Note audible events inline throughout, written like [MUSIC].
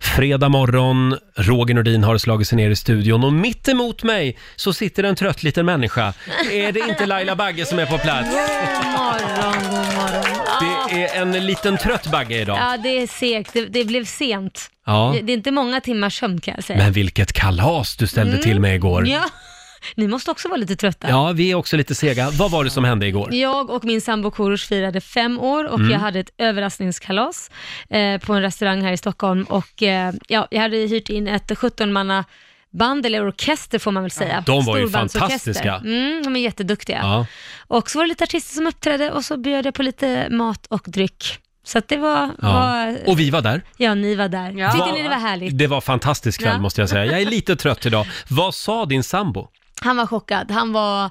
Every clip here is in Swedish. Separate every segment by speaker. Speaker 1: Fredag morgon, Roger Nordin har slagit sig ner i studion och mitt emot mig så sitter en trött liten människa. Är det inte Laila Bagge som är på plats?
Speaker 2: God morgon, god morgon. Ah,
Speaker 1: Det är en liten trött Bagge idag.
Speaker 2: ja, det är segt. Det, det blev sent.
Speaker 1: Ja.
Speaker 2: Det, det är inte många timmar sömn kan jag säga. Mm.
Speaker 1: Men vilket kalas du ställde till med igår.
Speaker 2: Ja, ni måste också vara lite trötta.
Speaker 1: Ja, vi är också lite sega. Vad var det som hände igår? Mm.
Speaker 2: Jag och min sambo Korosh firade fem år och jag hade ett överraskningskalas eh, på en restaurang här i Stockholm och eh, ja, jag hade hyrt in ett 17 manna band eller orkester får man väl säga.
Speaker 1: De var ju
Speaker 2: Storbandsorkester.
Speaker 1: fantastiska.
Speaker 2: Mm, de är jätteduktiga.
Speaker 1: Ja.
Speaker 2: Och så var det lite artister som uppträdde och så bjöd jag på lite mat och dryck. Så att det var,
Speaker 1: Ja.
Speaker 2: var
Speaker 1: Och vi var där.
Speaker 2: Ja, ni var där.
Speaker 3: Ja.
Speaker 2: Tyckte ni det var härligt?
Speaker 1: Det var fantastisk kväll
Speaker 2: Ja.
Speaker 1: måste jag säga. Jag är lite
Speaker 2: [LAUGHS]
Speaker 1: trött idag. Vad sa din sambo?
Speaker 2: Han var chockad. Han var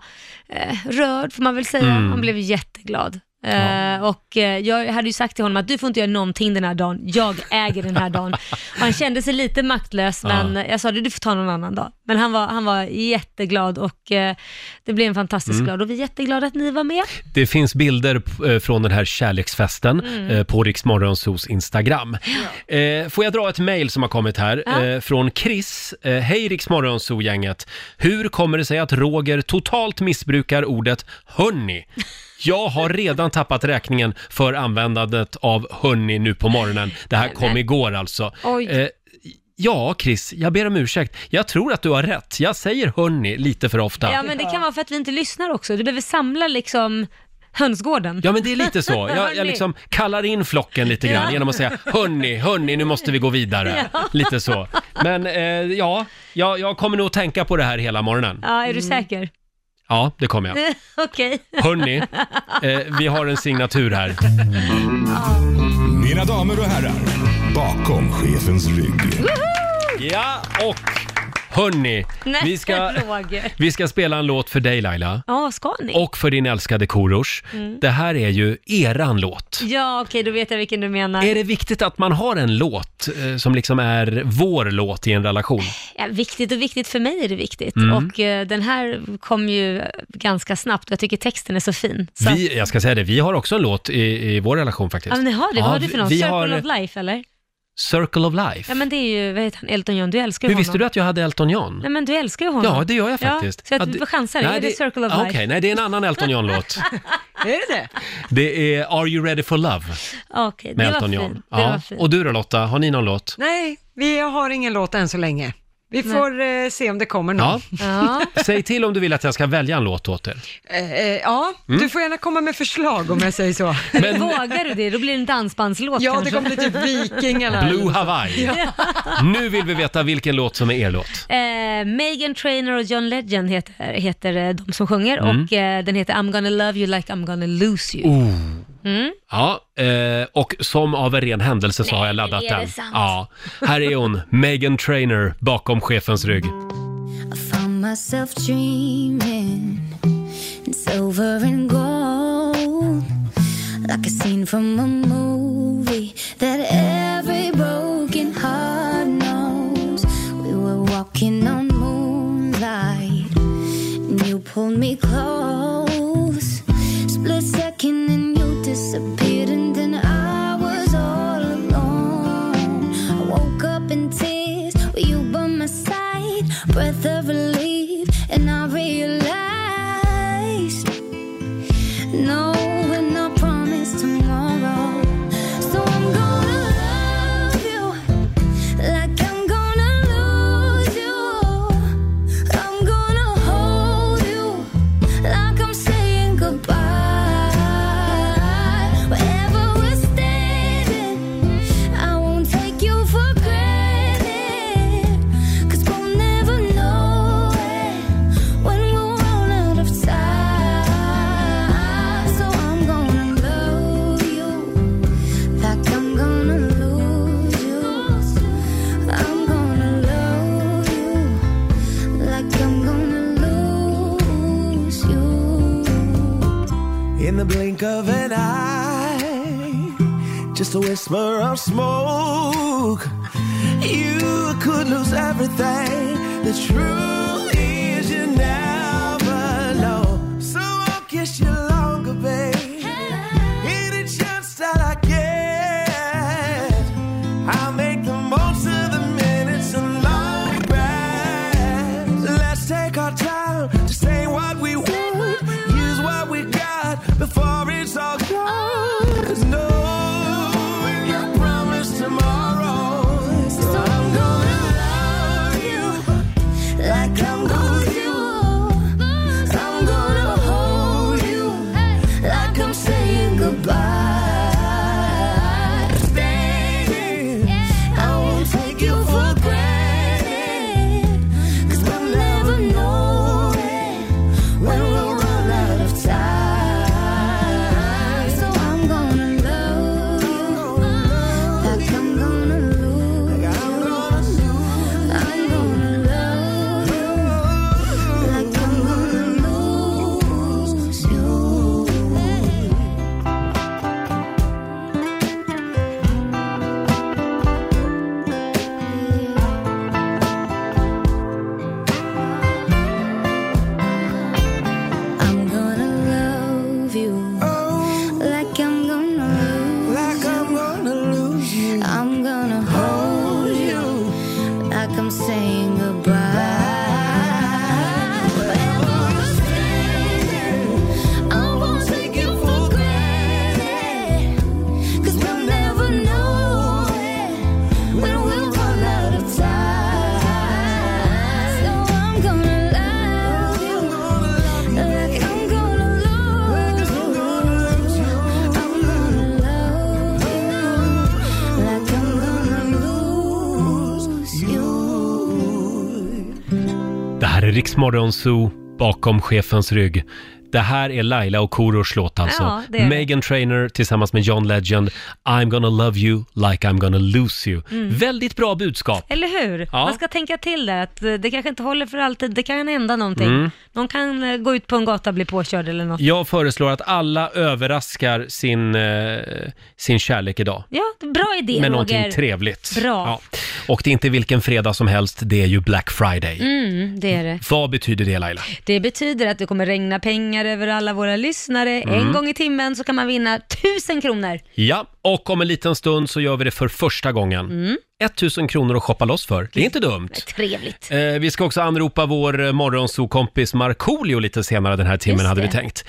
Speaker 2: eh, rörd, får man väl säga.
Speaker 1: Mm.
Speaker 2: Han blev jätteglad. Eh, Och eh, jag hade ju sagt till honom att du får inte göra någonting den här dagen. Jag äger den här dagen. Och han kände sig lite maktlös, men jag sa det, du får ta någon annan dag. Men han var, han var jätteglad och eh, det blev en fantastisk
Speaker 1: Mm.
Speaker 2: glad och vi är jätteglada att ni var med.
Speaker 1: Det finns bilder eh, från den här kärleksfesten
Speaker 2: Mm.
Speaker 1: eh, på Riksmorgonsos Instagram. Eh, Får jag dra ett mejl som har kommit här
Speaker 2: Ja.
Speaker 1: eh, från Chris. Eh, Hej Riksmorgonso-gänget. Hur kommer det sig att Roger totalt missbrukar ordet hörni? Jag har redan tappat räkningen för användandet av hörni nu på morgonen. Det här kom igår alltså.
Speaker 2: Oj.
Speaker 1: Eh, Ja, Chris, jag ber om ursäkt. Jag tror att du har rätt. Jag säger hörni lite för ofta.
Speaker 2: Ja, men det kan vara för att vi inte lyssnar också. Du behöver samla liksom hönsgården.
Speaker 1: Ja men det är
Speaker 2: [LAUGHS]
Speaker 1: lite så. Jag, jag
Speaker 2: Hörni.
Speaker 1: liksom kallar in flocken lite grann
Speaker 2: Ja.
Speaker 1: genom att säga hörni, hörni, nu måste vi gå vidare. Lite så. Men eh, ja, jag, jag kommer nog tänka på det här hela morgonen.
Speaker 2: Ja, är du säker?
Speaker 1: Mm. Ja, det kommer jag.
Speaker 2: [LAUGHS] Okej.
Speaker 1: Hörni, eh, vi har en signatur här.
Speaker 4: Mina damer och herrar, bakom chefens rygg.
Speaker 1: Ja, och hörni,
Speaker 2: [LAUGHS] Nej,
Speaker 1: vi ska,
Speaker 2: Roger.
Speaker 1: vi ska spela en låt för dig Laila.
Speaker 2: Ja, ska ni?
Speaker 1: Och för din älskade Korosh.
Speaker 2: Mm.
Speaker 1: Det här är ju eran låt.
Speaker 2: Ja, okej, då vet jag vilken du menar.
Speaker 1: Är det viktigt att man har en låt eh, som liksom är vår låt i en relation?
Speaker 2: Ja, viktigt och viktigt, för mig är det viktigt.
Speaker 1: Mm.
Speaker 2: Och eh, den här kom ju eh, ganska snabbt och jag tycker texten är så fin. Så att,
Speaker 1: Vi, jag ska säga det, vi har också en låt i, i vår relation faktiskt.
Speaker 2: ja, men ni har det.
Speaker 1: Ja,
Speaker 2: Vad har du för någon?
Speaker 1: Vi
Speaker 2: Circle
Speaker 1: har
Speaker 2: of Life, eller?
Speaker 1: Circle of Life.
Speaker 2: Ja, men det är ju, vad heter han, Elton John. Du älskar ju
Speaker 1: Hur
Speaker 2: honom.
Speaker 1: visste du att jag hade Elton John?
Speaker 2: Nej, men du älskar ju honom.
Speaker 1: Ja, det gör jag faktiskt.
Speaker 2: Ja, så
Speaker 1: Ja,
Speaker 2: att du
Speaker 1: det-
Speaker 2: får chansa det.
Speaker 1: Nej,
Speaker 2: Är det Circle of
Speaker 1: ah,
Speaker 2: Life?
Speaker 1: Okej, nej det är en annan
Speaker 2: [LAUGHS]
Speaker 1: Elton John-låt.
Speaker 3: [LAUGHS] Är det det?
Speaker 1: Det är Are You Ready For Love
Speaker 2: Okej,
Speaker 1: med
Speaker 2: det var
Speaker 1: Elton
Speaker 2: fint.
Speaker 1: John.
Speaker 2: Det var
Speaker 1: Ja.
Speaker 2: fint.
Speaker 1: Och du då Lotta, har ni någon låt?
Speaker 3: Nej, vi har ingen låt än så länge. Vi får eh, se om det kommer någon.
Speaker 1: Ja.
Speaker 3: Ja,
Speaker 2: Ja.
Speaker 1: Säg till om du vill att jag ska välja en låt
Speaker 2: [LAUGHS]
Speaker 1: åt er.
Speaker 3: eh, eh, ja [LAUGHS] du får gärna komma med förslag om jag säger så.
Speaker 1: [LAUGHS]
Speaker 2: [LAUGHS]
Speaker 1: Men
Speaker 2: Vågar du det? Då blir det en dansbandslåt
Speaker 3: Ja, det
Speaker 2: kanske.
Speaker 3: kommer bli typ Vikingarna.
Speaker 1: Blue
Speaker 2: [LAUGHS]
Speaker 1: Hawaii. Nu vill vi veta vilken låt som är er låt.
Speaker 2: Eh, Megan Trainor och John Legend heter, heter eh, de som sjunger
Speaker 1: Mm.
Speaker 2: och eh, den heter I'm gonna love you like I'm gonna lose you. Mm.
Speaker 1: Ja, eh, och som av en ren händelse så har jag laddat
Speaker 2: är det
Speaker 1: den.
Speaker 2: sant?
Speaker 1: Ja, här är hon, Megan Trainor bakom chefens rygg.
Speaker 5: I found myself dreaming in silver and gold, like a scene from a movie that every broken heart knows. We were walking on moonlight, and you pulled me close. Split second, and you disappeared, and then I was all alone. I woke up in tears with you by my side, breath of relief, and I realized no, we're not promised tomorrow. So I'm gonna love you like I'm gonna lose you. I'm gonna hold you like I'm saying goodbye. Wherever we're standing, I won't take you for granted. 'Cause we'll never know it when we're all out of time. So I'm gonna love you like I'm gonna lose you. I'm gonna love you like I'm gonna lose you.
Speaker 6: In the blink of an eye, just a whisper of smoke. You could lose everything. The truth is, you never know. So I'll kiss you longer, babe. Any chance that I get, I'll make the most of the
Speaker 1: här är Riksmorgon Zoo, bakom chefens rygg. Det här är Laila och Korosh låt alltså.
Speaker 2: Ja, det är det.
Speaker 1: Megan Trainor tillsammans med John Legend, I'm gonna love you like I'm gonna lose you.
Speaker 2: Mm.
Speaker 1: Väldigt bra budskap.
Speaker 2: Eller hur?
Speaker 1: Ja.
Speaker 2: Man ska tänka till där, att eh, det kanske inte håller för alltid, det kan hända någonting.
Speaker 1: Mm.
Speaker 2: Någon kan eh, gå ut på en gata och bli påkörd eller något.
Speaker 1: Jag föreslår att alla överraskar sin, eh, sin kärlek idag.
Speaker 2: Ja, bra idé
Speaker 1: Med någonting
Speaker 2: Roger.
Speaker 1: trevligt.
Speaker 2: Bra.
Speaker 1: Och det är inte vilken fredag som helst, det är ju Black Friday.
Speaker 2: Mm, det är det.
Speaker 1: Vad betyder det Laila?
Speaker 2: Det betyder att det kommer regna pengar över alla våra lyssnare.
Speaker 1: Mm.
Speaker 2: En gång i timmen så kan man vinna tusen kronor.
Speaker 1: Ja, och om en liten stund så gör vi det för första gången.
Speaker 2: Mm.
Speaker 1: 1000 kronor att shoppa loss för. Det är inte dumt.
Speaker 2: Trevligt.
Speaker 1: Eh, vi ska också anropa vår eh, morgonsokompis Markoolio lite senare den här timmen
Speaker 2: Just
Speaker 1: hade vi
Speaker 2: det.
Speaker 1: tänkt.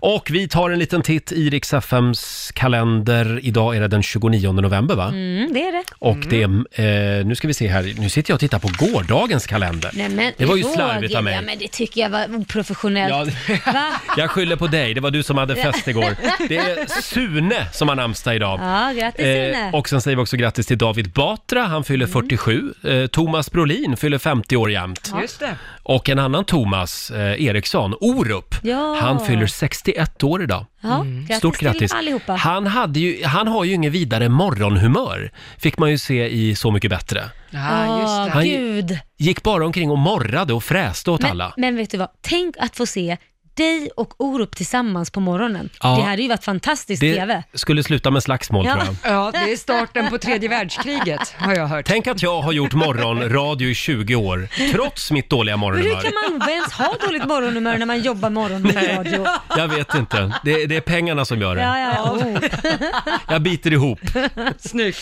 Speaker 1: Och vi tar en liten titt i Rix FMs kalender. Idag är det den 29 november va?
Speaker 2: Mm, det är det.
Speaker 1: Och det är, eh, nu ska vi se här, nu sitter jag och tittar på gårdagens kalender.
Speaker 2: Nej, men,
Speaker 1: det var ju
Speaker 2: Roger,
Speaker 1: slarvigt av
Speaker 2: Ja,
Speaker 1: mig.
Speaker 2: men det tycker jag var oprofessionellt.
Speaker 1: Ja,
Speaker 2: [LAUGHS] Va?
Speaker 1: [LAUGHS] jag skyller på dig, det var du som hade fest igår. Det är Sune som har namnsdag idag.
Speaker 2: [LAUGHS] Ja, grattis Mm. Sune.
Speaker 1: Eh, och sen säger vi också grattis till David Batra, han fyller 47. Eh, Thomas Brolin fyller 50 år jämt.
Speaker 3: Just det.
Speaker 1: Och en annan Thomas eh, Eriksson, Orup,
Speaker 2: Ja.
Speaker 1: han fyller 61 år idag.
Speaker 2: Ja, grattis
Speaker 1: Stort grattis!
Speaker 2: till allihopa.
Speaker 1: Han, hade ju, han har ju ingen vidare morgonhumör, fick man ju se i Så mycket bättre.
Speaker 3: Ja, just det.
Speaker 2: Åh,
Speaker 1: Han-
Speaker 2: gud.
Speaker 1: Gick bara omkring och morrade och fräste åt
Speaker 2: Men,
Speaker 1: alla.
Speaker 2: men vet du vad? Tänk att få se dig och Orup tillsammans på morgonen.
Speaker 1: Ja.
Speaker 2: Det hade ju varit fantastiskt TV.
Speaker 1: Det skulle sluta med slagsmål
Speaker 2: Ja.
Speaker 1: tror jag.
Speaker 3: Ja, det är starten på
Speaker 1: [LAUGHS]
Speaker 3: tredje världskriget [LAUGHS] har jag hört.
Speaker 1: Tänk att jag har gjort morgonradio i 20 år, trots mitt dåliga
Speaker 2: Men hur
Speaker 1: morgonhumör.
Speaker 2: kan man ens ha dåligt morgonhumör när man jobbar morgon med radio?
Speaker 1: Jag vet inte. Det, det är pengarna som gör
Speaker 2: Ja,
Speaker 1: det.
Speaker 2: ja, oh.
Speaker 1: Jag biter ihop.
Speaker 3: [LAUGHS] Snyggt.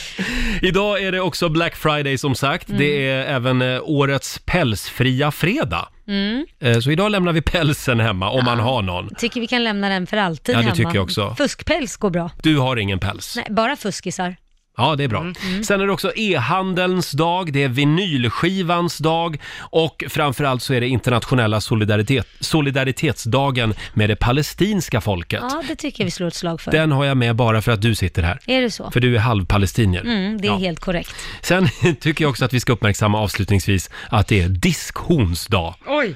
Speaker 1: Idag är det också Black Friday som sagt.
Speaker 2: Mm.
Speaker 1: Det är även eh, årets pälsfria fredag.
Speaker 2: Oh. Mm.
Speaker 1: Eh, Så idag lämnar vi pälsen hemma, om man har någon.
Speaker 2: Tycker vi kan lämna den för alltid
Speaker 1: Ja, det
Speaker 2: hemma.
Speaker 1: tycker jag också.
Speaker 2: Fuskpäls går bra.
Speaker 1: Du har ingen päls.
Speaker 2: Nej, bara fuskisar.
Speaker 1: Ja, det är
Speaker 2: Mm,
Speaker 1: bra. Sen är det också e-handelns dag, det är vinylskivans dag och framförallt så är det internationella solidaritet, solidaritetsdagen med det palestinska folket.
Speaker 2: Ja, det tycker jag vi slår ett slag för.
Speaker 1: Den har jag med bara för att du sitter här.
Speaker 2: Är det så?
Speaker 1: För du är halvpalestinier.
Speaker 2: Mm, det är
Speaker 1: Ja.
Speaker 2: helt korrekt.
Speaker 1: Sen [LAUGHS] tycker jag också att vi ska uppmärksamma avslutningsvis att det är diskhonsdag.
Speaker 2: [LAUGHS]
Speaker 3: Oj,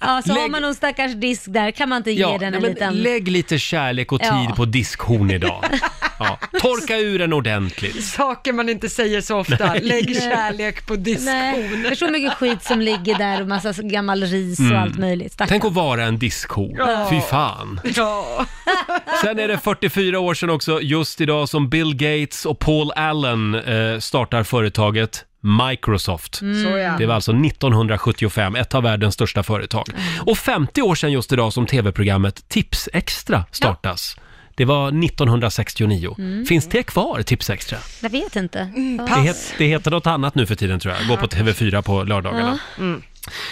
Speaker 2: Ja, så har
Speaker 1: Lägg-
Speaker 2: man någon stackars disk där kan man inte ge den en
Speaker 1: men
Speaker 2: liten...
Speaker 1: lägg lite kärlek och tid
Speaker 2: Ja.
Speaker 1: på
Speaker 2: [LAUGHS]
Speaker 1: diskhon idag. Ja. Torka ur den ordentligt.
Speaker 3: saker man inte säger så ofta. Lägg kärlek på
Speaker 2: Nej,
Speaker 3: diskon.
Speaker 2: det är så mycket skit som ligger där och massa gammal ris och allt möjligt. Stackars.
Speaker 1: Mm. Tänk att vara en diskho. Fy fan.
Speaker 3: Ja.
Speaker 1: Sen är det 44 år sedan också, just idag, som Bill Gates och Paul Allen eh, startar företaget Microsoft.
Speaker 3: Mm. Så ja.
Speaker 1: Det var alltså 1975, ett av världens största företag.
Speaker 3: Mm.
Speaker 1: Och 50 år sedan just idag som tv-programmet Tips Extra startas. Det var 1969.
Speaker 3: Mm.
Speaker 1: Finns det kvar, Tips Extra?
Speaker 2: Jag vet inte.
Speaker 1: Mm, Det, het, det heter något annat nu för tiden tror jag. Går på TV4 på lördagarna.
Speaker 3: Mm.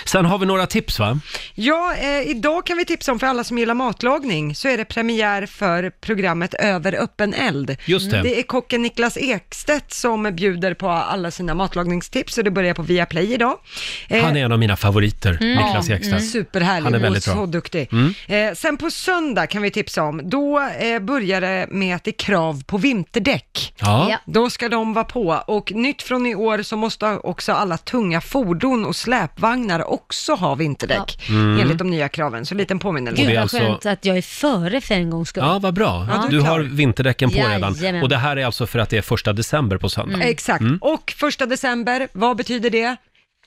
Speaker 1: Sen har vi några tips va?
Speaker 3: Ja, eh, idag kan vi tipsa om för alla som gillar matlagning så är det premiär för programmet Över öppen eld.
Speaker 1: Just det.
Speaker 3: Det är kocken Niklas Ekstedt som bjuder på alla sina matlagningstips och det börjar på Viaplay idag. Eh, Mm.
Speaker 1: Han är en av mina favoriter, Mm. Niklas Ekstedt.
Speaker 3: Superhärlig
Speaker 1: Han är väldigt
Speaker 3: och så
Speaker 1: bra. Mm.
Speaker 3: duktig. Eh, sen på söndag kan vi tipsa om, då eh, börjar det med att det är krav på vinterdäck.
Speaker 1: Ja.
Speaker 2: Ja.
Speaker 3: Då ska de vara på och nytt från i år så måste också alla tunga fordon och släpvagnar också ha vinterdäck enligt de nya kraven. Så en liten påminnelse.
Speaker 1: Mm. Och
Speaker 2: Gud
Speaker 1: det är
Speaker 2: vad
Speaker 1: alltså-
Speaker 2: skönt att jag är före för en gångs skull.
Speaker 1: Ja, vad bra. du har vinterdäcken på redan.
Speaker 2: Jajamän.
Speaker 1: Och det här är alltså för att det är första december på söndag.
Speaker 3: Mm.
Speaker 2: Mm.
Speaker 1: Mm.
Speaker 3: Exakt. Och första december, vad betyder det?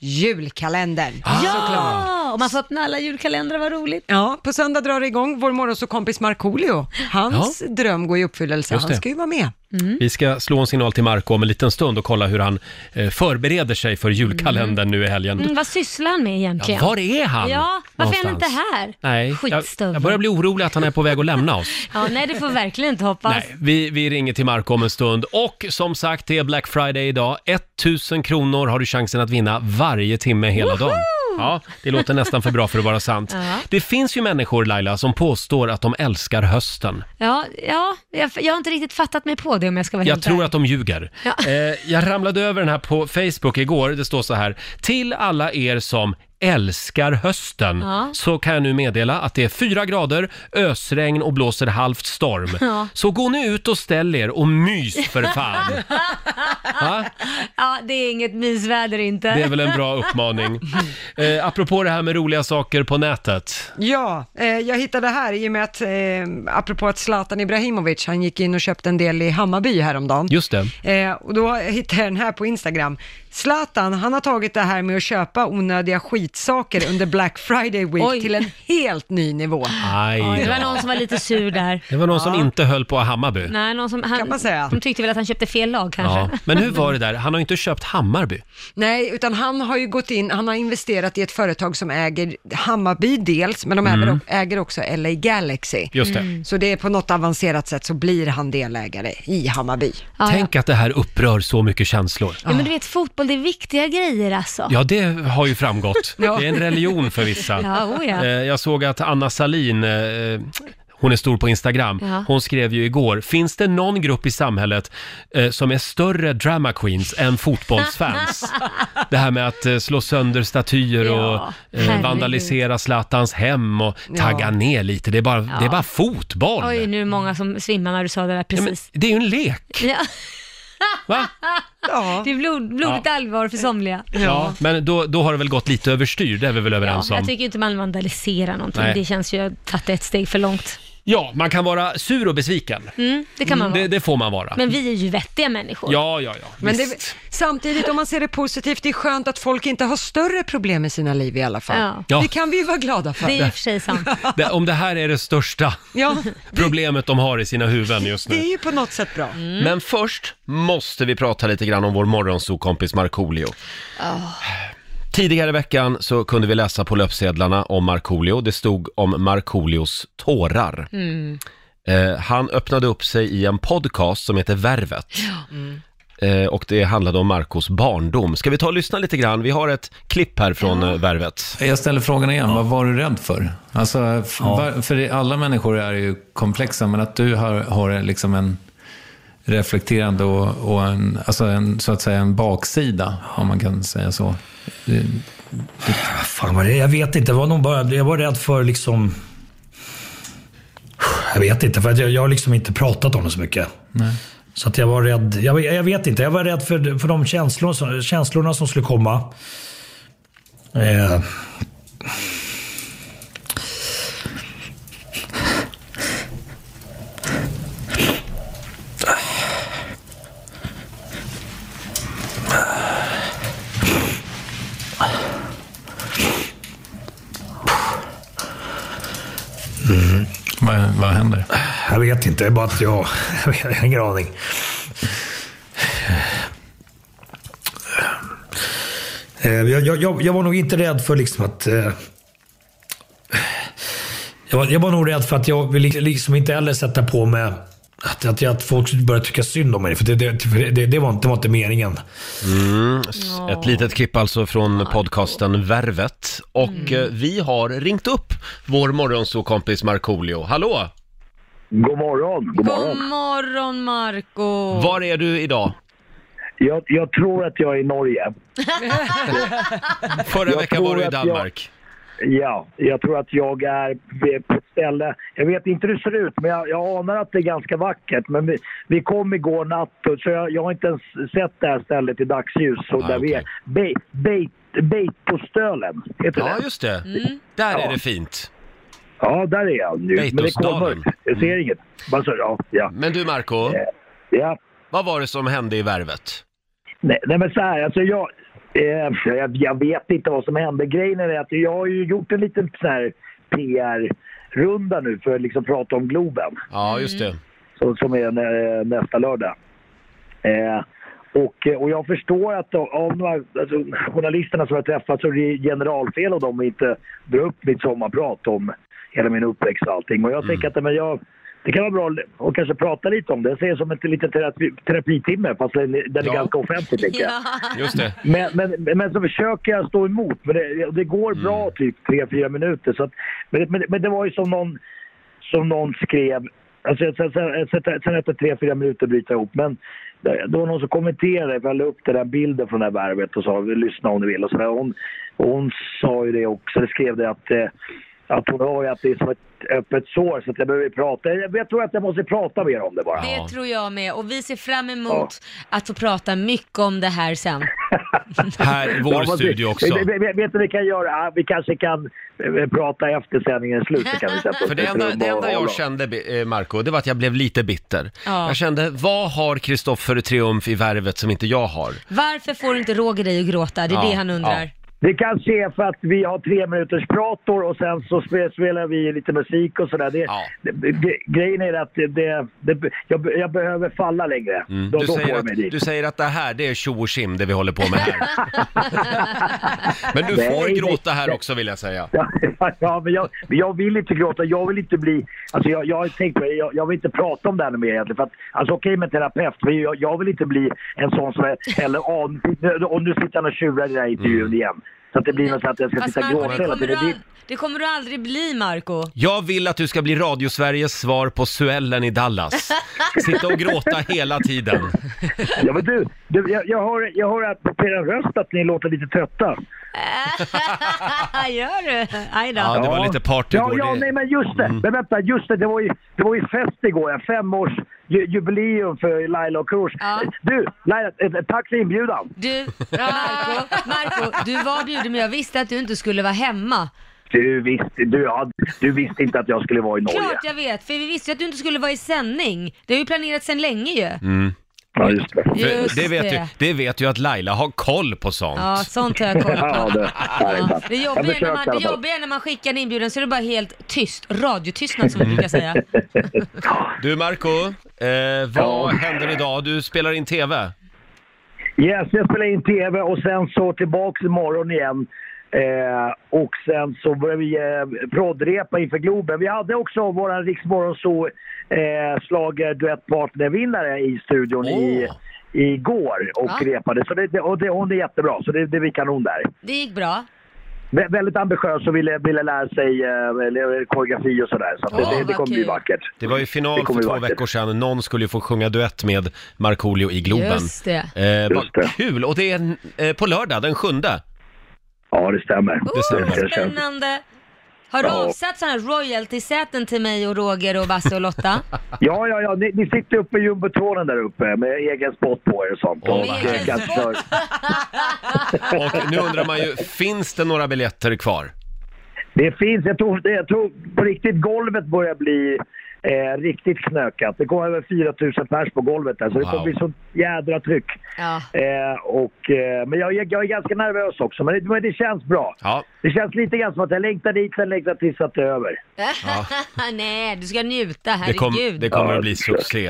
Speaker 3: Julkalendern.
Speaker 2: Ja, och man får öppna alla julkalendrar, vad roligt.
Speaker 3: Ja, på söndag drar det igång. Vår morgonsåkompis Markoolio, hans dröm går i uppfyllelse.
Speaker 1: Just det.
Speaker 3: Han ska ju vara med.
Speaker 2: Mm.
Speaker 1: Vi ska slå en signal till Marco om en liten stund och kolla hur han eh, förbereder sig för julkalendern nu i helgen.
Speaker 2: Mm, vad sysslar han med
Speaker 1: Ja,
Speaker 2: egentligen?
Speaker 1: var är han?
Speaker 2: Ja, varför är han inte
Speaker 1: någonstans?
Speaker 2: här?
Speaker 1: Nej, jag,
Speaker 2: Skitstövel.
Speaker 1: jag börjar bli orolig att han är på väg att lämna oss.
Speaker 2: [LAUGHS] Ja, nej, det får vi verkligen inte hoppas.
Speaker 1: Nej, vi, vi ringer till Marco om en stund. Och som sagt, det är Black Friday idag. 1000 kronor har du chansen att vinna varje timme hela dagen. Ja, det låter nästan för bra för att vara sant. Det finns ju människor, Laila, som påstår att de älskar hösten.
Speaker 2: Ja, ja jag, jag har inte riktigt fattat mig på det om jag ska vara
Speaker 1: Jag
Speaker 2: helt
Speaker 1: tror
Speaker 2: ärlig.
Speaker 1: att de ljuger.
Speaker 2: Ja.
Speaker 1: Eh, jag ramlade över den här på Facebook igår. Det står så här. Till alla er som älskar hösten
Speaker 2: Ja.
Speaker 1: så kan jag nu meddela att det är fyra grader, ösregn och blåser halvt storm.
Speaker 2: [LAUGHS]
Speaker 1: Så gå nu ut och ställ er och mys för fan. Va?
Speaker 2: Ja, det är inget mysväder inte.
Speaker 1: Det är väl
Speaker 2: [LAUGHS]
Speaker 1: en bra uppmaning. Eh, apropå det här med roliga saker på nätet.
Speaker 3: Ja, eh, jag hittade här i och med att, eh, apropå att Zlatan Ibrahimovic, han gick in och köpte en del i Hammarby häromdagen.
Speaker 1: Just det.
Speaker 3: Eh, och då hittade jag den här på Instagram. Zlatan, han har tagit det här med att köpa onödiga skitsaker under Black Friday Week
Speaker 2: Oj.
Speaker 3: till en helt ny nivå.
Speaker 1: Aj
Speaker 2: Oj, det var
Speaker 1: då.
Speaker 2: någon som var lite sur där.
Speaker 1: Det var någon som inte höll på Hammarby.
Speaker 2: Nej, någon som, han,
Speaker 3: Kan man säga.
Speaker 2: De tyckte väl att han köpte fel lag kanske.
Speaker 1: Ja. Men hur var det där? Han har ju inte köpt Hammarby.
Speaker 3: [LAUGHS] Nej, utan han har ju gått in, han har investerat i ett företag som äger Hammarby dels, men de äger, äger också LA Galaxy.
Speaker 1: Mm. Just det.
Speaker 3: Så det är på något avancerat sätt så blir han delägare i Hammarby.
Speaker 2: Ja,
Speaker 1: Tänk Ah. att det här upprör så mycket känslor.
Speaker 2: Ja, men du vet fotboll, det är viktiga grejer alltså.
Speaker 1: Ja, det har
Speaker 2: [LAUGHS]
Speaker 1: ju framgått. Det
Speaker 3: Ja.
Speaker 1: är en religion för vissa.
Speaker 2: Ja, oh ja.
Speaker 1: Eh, Jag såg att Anna Salin eh, hon är stor på Instagram.
Speaker 2: Ja.
Speaker 1: Hon skrev ju igår, finns det någon grupp i samhället eh, som är större drama queens
Speaker 2: [LAUGHS]
Speaker 1: än fotbollsfans? det här med att eh, slå sönder statyer
Speaker 2: Ja,
Speaker 1: och eh,
Speaker 2: herregud.
Speaker 1: vandalisera Zlatans hem och tagga
Speaker 3: Ja.
Speaker 1: ner lite. Det är bara, det är bara fotboll.
Speaker 2: Oj, nu är det många som svimmar när du sa det där
Speaker 1: Men
Speaker 2: precis.
Speaker 1: det är ju en
Speaker 2: [LAUGHS]
Speaker 1: lek,
Speaker 2: Ja,
Speaker 1: va?
Speaker 3: Ja.
Speaker 2: det är blod, blodigt allvar för somliga.
Speaker 1: Ja, men då, då har det väl gått lite överstyr, det är vi väl
Speaker 2: Ja,
Speaker 1: överens om?
Speaker 2: jag tycker inte man vandaliserar någonting.
Speaker 1: Nej.
Speaker 2: Det känns ju, jag har tagit ett steg för långt.
Speaker 1: Ja, man kan vara sur och besviken.
Speaker 2: Mm, det kan man vara.
Speaker 1: Det, det får man vara.
Speaker 2: Men vi är ju vettiga människor.
Speaker 1: Ja, ja, ja.
Speaker 3: Men det,
Speaker 1: visst.
Speaker 3: samtidigt om man ser det positivt, det är skönt att folk inte har större problem i sina liv i alla fall.
Speaker 2: Ja.
Speaker 1: Ja.
Speaker 3: Det kan vi ju vara glada för.
Speaker 2: Det är i och för sig sant.
Speaker 1: Det, om det här är
Speaker 2: [LAUGHS]
Speaker 1: det största
Speaker 3: [LAUGHS] Ja,
Speaker 1: problemet de har i sina huvuden just
Speaker 3: det
Speaker 2: Mm.
Speaker 1: nu.
Speaker 3: är ju på något sätt bra.
Speaker 1: Men först måste vi prata lite grann om vår morgonsokompis Markoolio. Tidigare i veckan så kunde vi läsa på löpsedlarna om Markoolio. Det stod om Markoolios tårar.
Speaker 2: Mm.
Speaker 1: Eh, han öppnade upp sig i en podcast som heter Värvet. Eh, och det handlade om Marcos barndom. Ska vi ta och lyssna lite grann? Vi har ett klipp här från eh, Värvet.
Speaker 4: Jag ställer frågan igen, vad var du rädd för? Alltså, f- var, för det- alla människor är ju komplexa, men att du har, har liksom en reflekterande och, och en, alltså en, så att säga en baksida, om man kan säga så. Det-
Speaker 7: Fan vad det är, jag vet inte. Det var nog bara, jag var rädd för liksom... Jag vet inte, för att jag, jag har liksom inte pratat om det så mycket. Så att jag var rädd, jag, jag vet inte. Jag var rädd för, för de känslor, som- känslorna som skulle komma. Eh.
Speaker 4: Vad, vad händer?
Speaker 7: Jag vet inte, det är bara att jag... [LAUGHS] Jag vet- jag har ingen aning. Eh, Jag, jag, jag, jag var nog inte rädd för liksom att... eh, Jag var, jag var nog rädd för att jag vill liksom inte heller sätta på mig att, att, jag- att folk börjar tycka synd om mig. För det, det, för det, det, var, inte, det var inte meningen.
Speaker 1: Mm. Ett litet klipp alltså från podcasten Värvet. Och eh, vi har ringt upp vår morgonsåkompis Markoolio. Hallå!
Speaker 8: God morgon, god
Speaker 2: God
Speaker 8: morgon.
Speaker 2: morgon Marco
Speaker 1: Var är du idag?
Speaker 8: Jag, jag tror att jag är i Norge.
Speaker 1: Förra
Speaker 8: Jag
Speaker 1: veckan
Speaker 8: tror
Speaker 1: var du i
Speaker 8: att jag-
Speaker 1: Danmark.
Speaker 8: Ja, jag tror att jag är på ett ställe. Jag vet inte hur det ser ut, men jag, jag anar att det är ganska vackert. Men vi, vi kom igår natt, och- så jag, jag har inte ens sett det här stället i dagsljus. Så
Speaker 1: Ah,
Speaker 8: där vi
Speaker 1: okej.
Speaker 8: är. Bej, bej, Beitostölen, heter
Speaker 1: Ja,
Speaker 8: det?
Speaker 1: just det. Där är
Speaker 8: Ja.
Speaker 1: det fint.
Speaker 8: Ja, där är jag nu. Men det
Speaker 1: Beitosdalen.
Speaker 8: kommer. Jag ser inget. Bara så, ja, ja,
Speaker 1: Mm.
Speaker 8: Eh,
Speaker 1: Men du Marco,
Speaker 8: ja.
Speaker 1: vad var det som hände i Värvet?
Speaker 8: Nej, nej men så här, alltså jag, eh, jag, jag vet inte vad som hände. Grejen är att jag har ju gjort en liten sån här PR-runda nu för att liksom prata om Globen
Speaker 1: Ja, just det.
Speaker 8: som, som är nä- nästa lördag. Eh, och, eh, och jag förstår att av- av de här alltså, journalisterna som jag träffat så är det generalfel av dem att inte dra upp mitt sommarprat om hela min uppväxt och allting. Och jag tänker
Speaker 1: Mm.
Speaker 8: att men jag, det kan vara bra att kanske prata lite om det. Jag ser det som en liten terapi, terapitimme fast den, den
Speaker 1: [LAUGHS]
Speaker 8: är
Speaker 1: Ja.
Speaker 8: ganska offentlig tänker jag.
Speaker 1: Just det.
Speaker 8: Men, men, men så försöker jag stå emot. Men det, det går bra typ 3-4 minuter. Så att, men, men, men det var ju som någon, som någon skrev. Alltså, jag- sen, sen, sen, sen efter 3-4 minuter bryter jag ihop. Men det det var någon som kommenterade, för jag la upp den där bilden från det här värvet och sa lyssna om du vill. Och så där. Hon, hon sa ju det också, eller skrev det att eh, att hon har ju att det är som ett öppet sår så att jag behöver ju prata. Jag jag tror att jag måste prata mer om det bara.
Speaker 2: Det tror jag med och vi ser fram emot att få prata mycket om det här sen.
Speaker 9: Här i vår
Speaker 8: Ja, fast vi-
Speaker 9: studio också.
Speaker 8: vi- vi- vi- Vet du vad vi kan göra? Ah, Vi kanske kan eh, prata efter sändningen är slut. Så kan vi sätta oss
Speaker 1: För
Speaker 8: i
Speaker 1: det
Speaker 8: ett
Speaker 1: enda,
Speaker 8: rum
Speaker 1: det
Speaker 8: och
Speaker 1: enda
Speaker 8: hålla
Speaker 1: jag
Speaker 8: oss.
Speaker 1: kände, eh, Marco, det var att jag blev lite bitter.
Speaker 2: Ja.
Speaker 1: Jag kände, vad har Kristoffer Triumf i värvet som inte jag har?
Speaker 2: Varför får inte Roger dig att gråta? Det är
Speaker 1: Ja,
Speaker 2: det han undrar.
Speaker 1: ja.
Speaker 8: Det kanske är för att vi har tre minuters prator och sen så spe- spelar vi lite musik och sådär. Det,
Speaker 1: Ja.
Speaker 8: det, det, grejen är att det, det, det, jag, be- jag behöver falla längre.
Speaker 1: Mm.
Speaker 8: Då,
Speaker 1: Du,
Speaker 8: då får
Speaker 1: säger
Speaker 8: jag mig
Speaker 1: att,
Speaker 8: dit.
Speaker 1: du säger att det här, det är tjo och tjim det vi håller på med
Speaker 8: [LAUGHS]
Speaker 1: här. Men du får
Speaker 8: Nej,
Speaker 1: gråta här också vill jag säga.
Speaker 8: Ja, [LAUGHS] ja, men jag, men jag vill inte gråta. Jag vill inte bli... Alltså jag, jag har tänkt på det. Jag, jag vill inte prata om det här mer egentligen. För att, alltså okej med terapeut, men jag, jag vill inte bli en sån som är... Eller, åh, nu- och nu sitter han och tjurar i den här intervjun igen. Så att det blir något så att jag ska
Speaker 2: Fast
Speaker 8: sitta och
Speaker 2: Marco,
Speaker 8: gråta
Speaker 2: det
Speaker 8: hela
Speaker 2: kommer, du
Speaker 8: tiden. Det-
Speaker 2: al- det kommer du aldrig bli Marco.
Speaker 8: [LAUGHS]
Speaker 1: Jag vill att du ska bli Radiosveriges svar på Suellen i
Speaker 8: [LAUGHS]
Speaker 1: Dallas. Sitta och gråta hela tiden.
Speaker 8: Ja, men du, du jag, jag, hör, jag hör att på er röst att ni låter lite trötta.
Speaker 2: Gör du? Aj då.
Speaker 1: Ja, det var lite party
Speaker 8: Ja,
Speaker 1: igår.
Speaker 8: ja
Speaker 1: det- Mm.
Speaker 8: nej men just det. Men vänta, just det. Det var ju, det var ju fest igår. En femårsjubileum för Laila och Kurs.
Speaker 2: Ja.
Speaker 8: Du, Laila, eh, tack för inbjudan.
Speaker 2: Du, Marco, Marco, du var bjuden men jag visste att du inte skulle vara hemma.
Speaker 8: Du visste, du, ja, du visste inte att jag skulle vara i Norge.
Speaker 2: Klart jag vet, för vi visste ju att du inte skulle vara i sändning. Det har ju planerat sedan länge ju.
Speaker 8: Ja, just det.
Speaker 2: Just
Speaker 1: Mm. det, vet ju, det vet ju att Laila har koll på sånt.
Speaker 2: Ja, sånt har jag koll
Speaker 8: [LAUGHS] Ja,
Speaker 2: på.
Speaker 8: det, ja, det är
Speaker 2: Ja,
Speaker 8: sant.
Speaker 2: det
Speaker 8: Jag
Speaker 2: jobbiga är när man,
Speaker 8: försökte i alla
Speaker 2: det
Speaker 8: fall.
Speaker 2: jobbiga är när man skickar en inbjudan så är det bara helt tyst. Radiotystnad som man brukar säga.
Speaker 1: [LAUGHS] Du Marco, eh, vad händer idag? Du spelar in TV.
Speaker 8: Yes, jag spelar in TV och sen så tillbaks imorgon igen. Eh, och sen så börjar vi eh, proddrepa inför Globen. Vi hade också våran Riksmorgonzoo eh, slager duettpartnervinnare i studion i, igår och
Speaker 2: Va?
Speaker 8: repade. Så det, det, och det, hon är jättebra, så det, det blir kanon där.
Speaker 2: Det gick bra.
Speaker 8: Vä- väldigt ambitiös och ville, ville lära sig eh, eller koreografi och sådär. Så att
Speaker 2: Ja,
Speaker 8: det, det, det
Speaker 2: vad
Speaker 8: kommer bli
Speaker 2: kul.
Speaker 8: vackert.
Speaker 1: Det var ju final
Speaker 8: Det
Speaker 1: för
Speaker 8: kommer
Speaker 1: två
Speaker 8: bli vackert.
Speaker 1: veckor sedan. Någon skulle ju få sjunga duett med Markoolio i Globen.
Speaker 2: Just det.
Speaker 1: Eh,
Speaker 8: Just det.
Speaker 1: vad kul! Och det är eh, på lördag, den sjunde.
Speaker 8: Ja, det stämmer.
Speaker 1: stämmer.
Speaker 2: Oh, spännande. Har du
Speaker 8: Ja.
Speaker 2: avsatt sådana royalty-säten till mig och Roger och Basse och
Speaker 1: [LAUGHS]
Speaker 2: Lotta?
Speaker 8: Ja, ja, ja. Ni, ni sitter uppe i jumbotronen där uppe med egen spot på er och sånt.
Speaker 1: Åh,
Speaker 8: och,
Speaker 1: vad
Speaker 8: eh,
Speaker 1: härligt.
Speaker 8: kanske-
Speaker 1: Och nu undrar man ju, finns det några biljetter kvar?
Speaker 8: det finns, jag tror, jag tror på riktigt golvet börjar bli eh, riktigt knökat. Det går över 4 000 pers på golvet där, så det
Speaker 1: Wow.
Speaker 8: kommer bli så jädra tryck.
Speaker 2: Ja.
Speaker 8: Eh, och, eh, men jag, är- jag är ganska nervös också, men det, men det känns bra.
Speaker 1: Ja.
Speaker 8: Det känns lite grann som att jag längtar dit, sen längtar tills att det är över.
Speaker 2: [LAUGHS] Nej, du ska njuta,
Speaker 1: Det, kom,
Speaker 2: herregud.
Speaker 1: det kommer
Speaker 8: Ja,
Speaker 1: att bli
Speaker 8: försök.
Speaker 1: succé.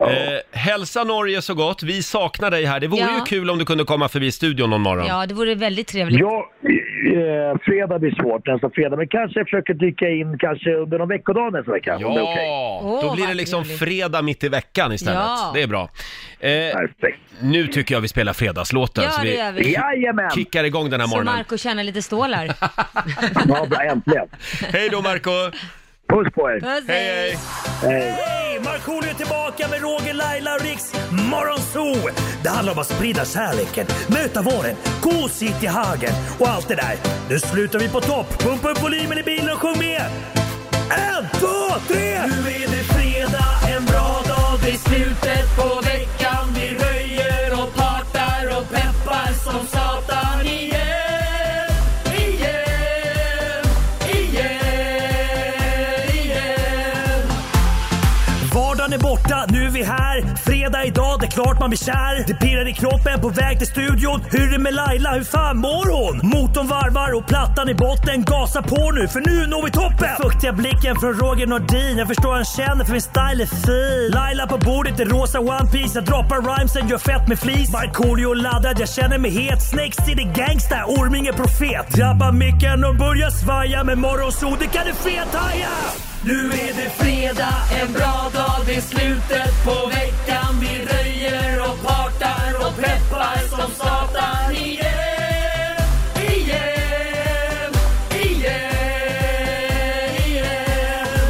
Speaker 1: Eh, hälsa Norge så gott, vi saknar dig här. Det vore
Speaker 2: Ja.
Speaker 1: ju kul om du kunde komma förbi studion någon morgon.
Speaker 2: Ja, det vore väldigt trevligt.
Speaker 8: Ja, eh, fredag blir svårt nästa fredag, men kanske jag försöker dyka in kanske under någon veckodag nästa vecka. om det är okej.
Speaker 1: Ja,
Speaker 2: Åh,
Speaker 1: då blir det
Speaker 2: vad
Speaker 1: liksom
Speaker 2: trevligt.
Speaker 1: fredag mitt i veckan istället.
Speaker 2: Ja.
Speaker 1: Det är bra. Eh,
Speaker 8: Perfekt.
Speaker 1: nu tycker jag vi spelar fredagslåten
Speaker 2: Ja,
Speaker 1: så
Speaker 2: det
Speaker 1: vi
Speaker 2: gör vi.
Speaker 8: Jajamän!
Speaker 1: kickar igång den här
Speaker 2: Så
Speaker 1: morgonen.
Speaker 2: Marco tjänar lite
Speaker 1: [LAUGHS]
Speaker 2: stålar.
Speaker 8: Ja, bra, äntligen.
Speaker 1: Hej då Marco!
Speaker 8: [LAUGHS] Puss på er!
Speaker 2: Puss,
Speaker 1: Hej hej!
Speaker 10: Hej! Markoolio är tillbaka med Roger, Laila och Riks Morgonzoo! Det handlar om att sprida kärleken, möta våren, gosigt i hagen och allt det där. Nu slutar vi på topp! Pumpa upp volymen i bilen och sjung med! En, två, tre! Nu är det fredag, en bra dag. Det är slutet på veckan. Vi röjer och partar och peppar som satan igen. Igen, igen, igen. Vardagen är borta, nu är vi här. Fredag idag, det är klart man blir kär. Det pirrar i kroppen på väg till studion. Hur är det med Laila, hur fan mår hon? Motorn varvar och plattan i botten. Gasa på nu, för nu når vi toppen! Fuktiga blicken från Roger Nordin. Jag förstår han känner, för min style är fin. Laila på bordet i rosa One Piece Jag droppar rhymesen, gör fett med flis. Markoolio laddad, jag känner mig het. Snakes city gangsta, Orminge profet. Drabbar micken och börjar svaja. Med morgonsol, det kan du fethaja! Nu är det fredag, en bra dag, det är slutet på veckan Vi röjer och partar och peppar som satan igen Igen, igen, igen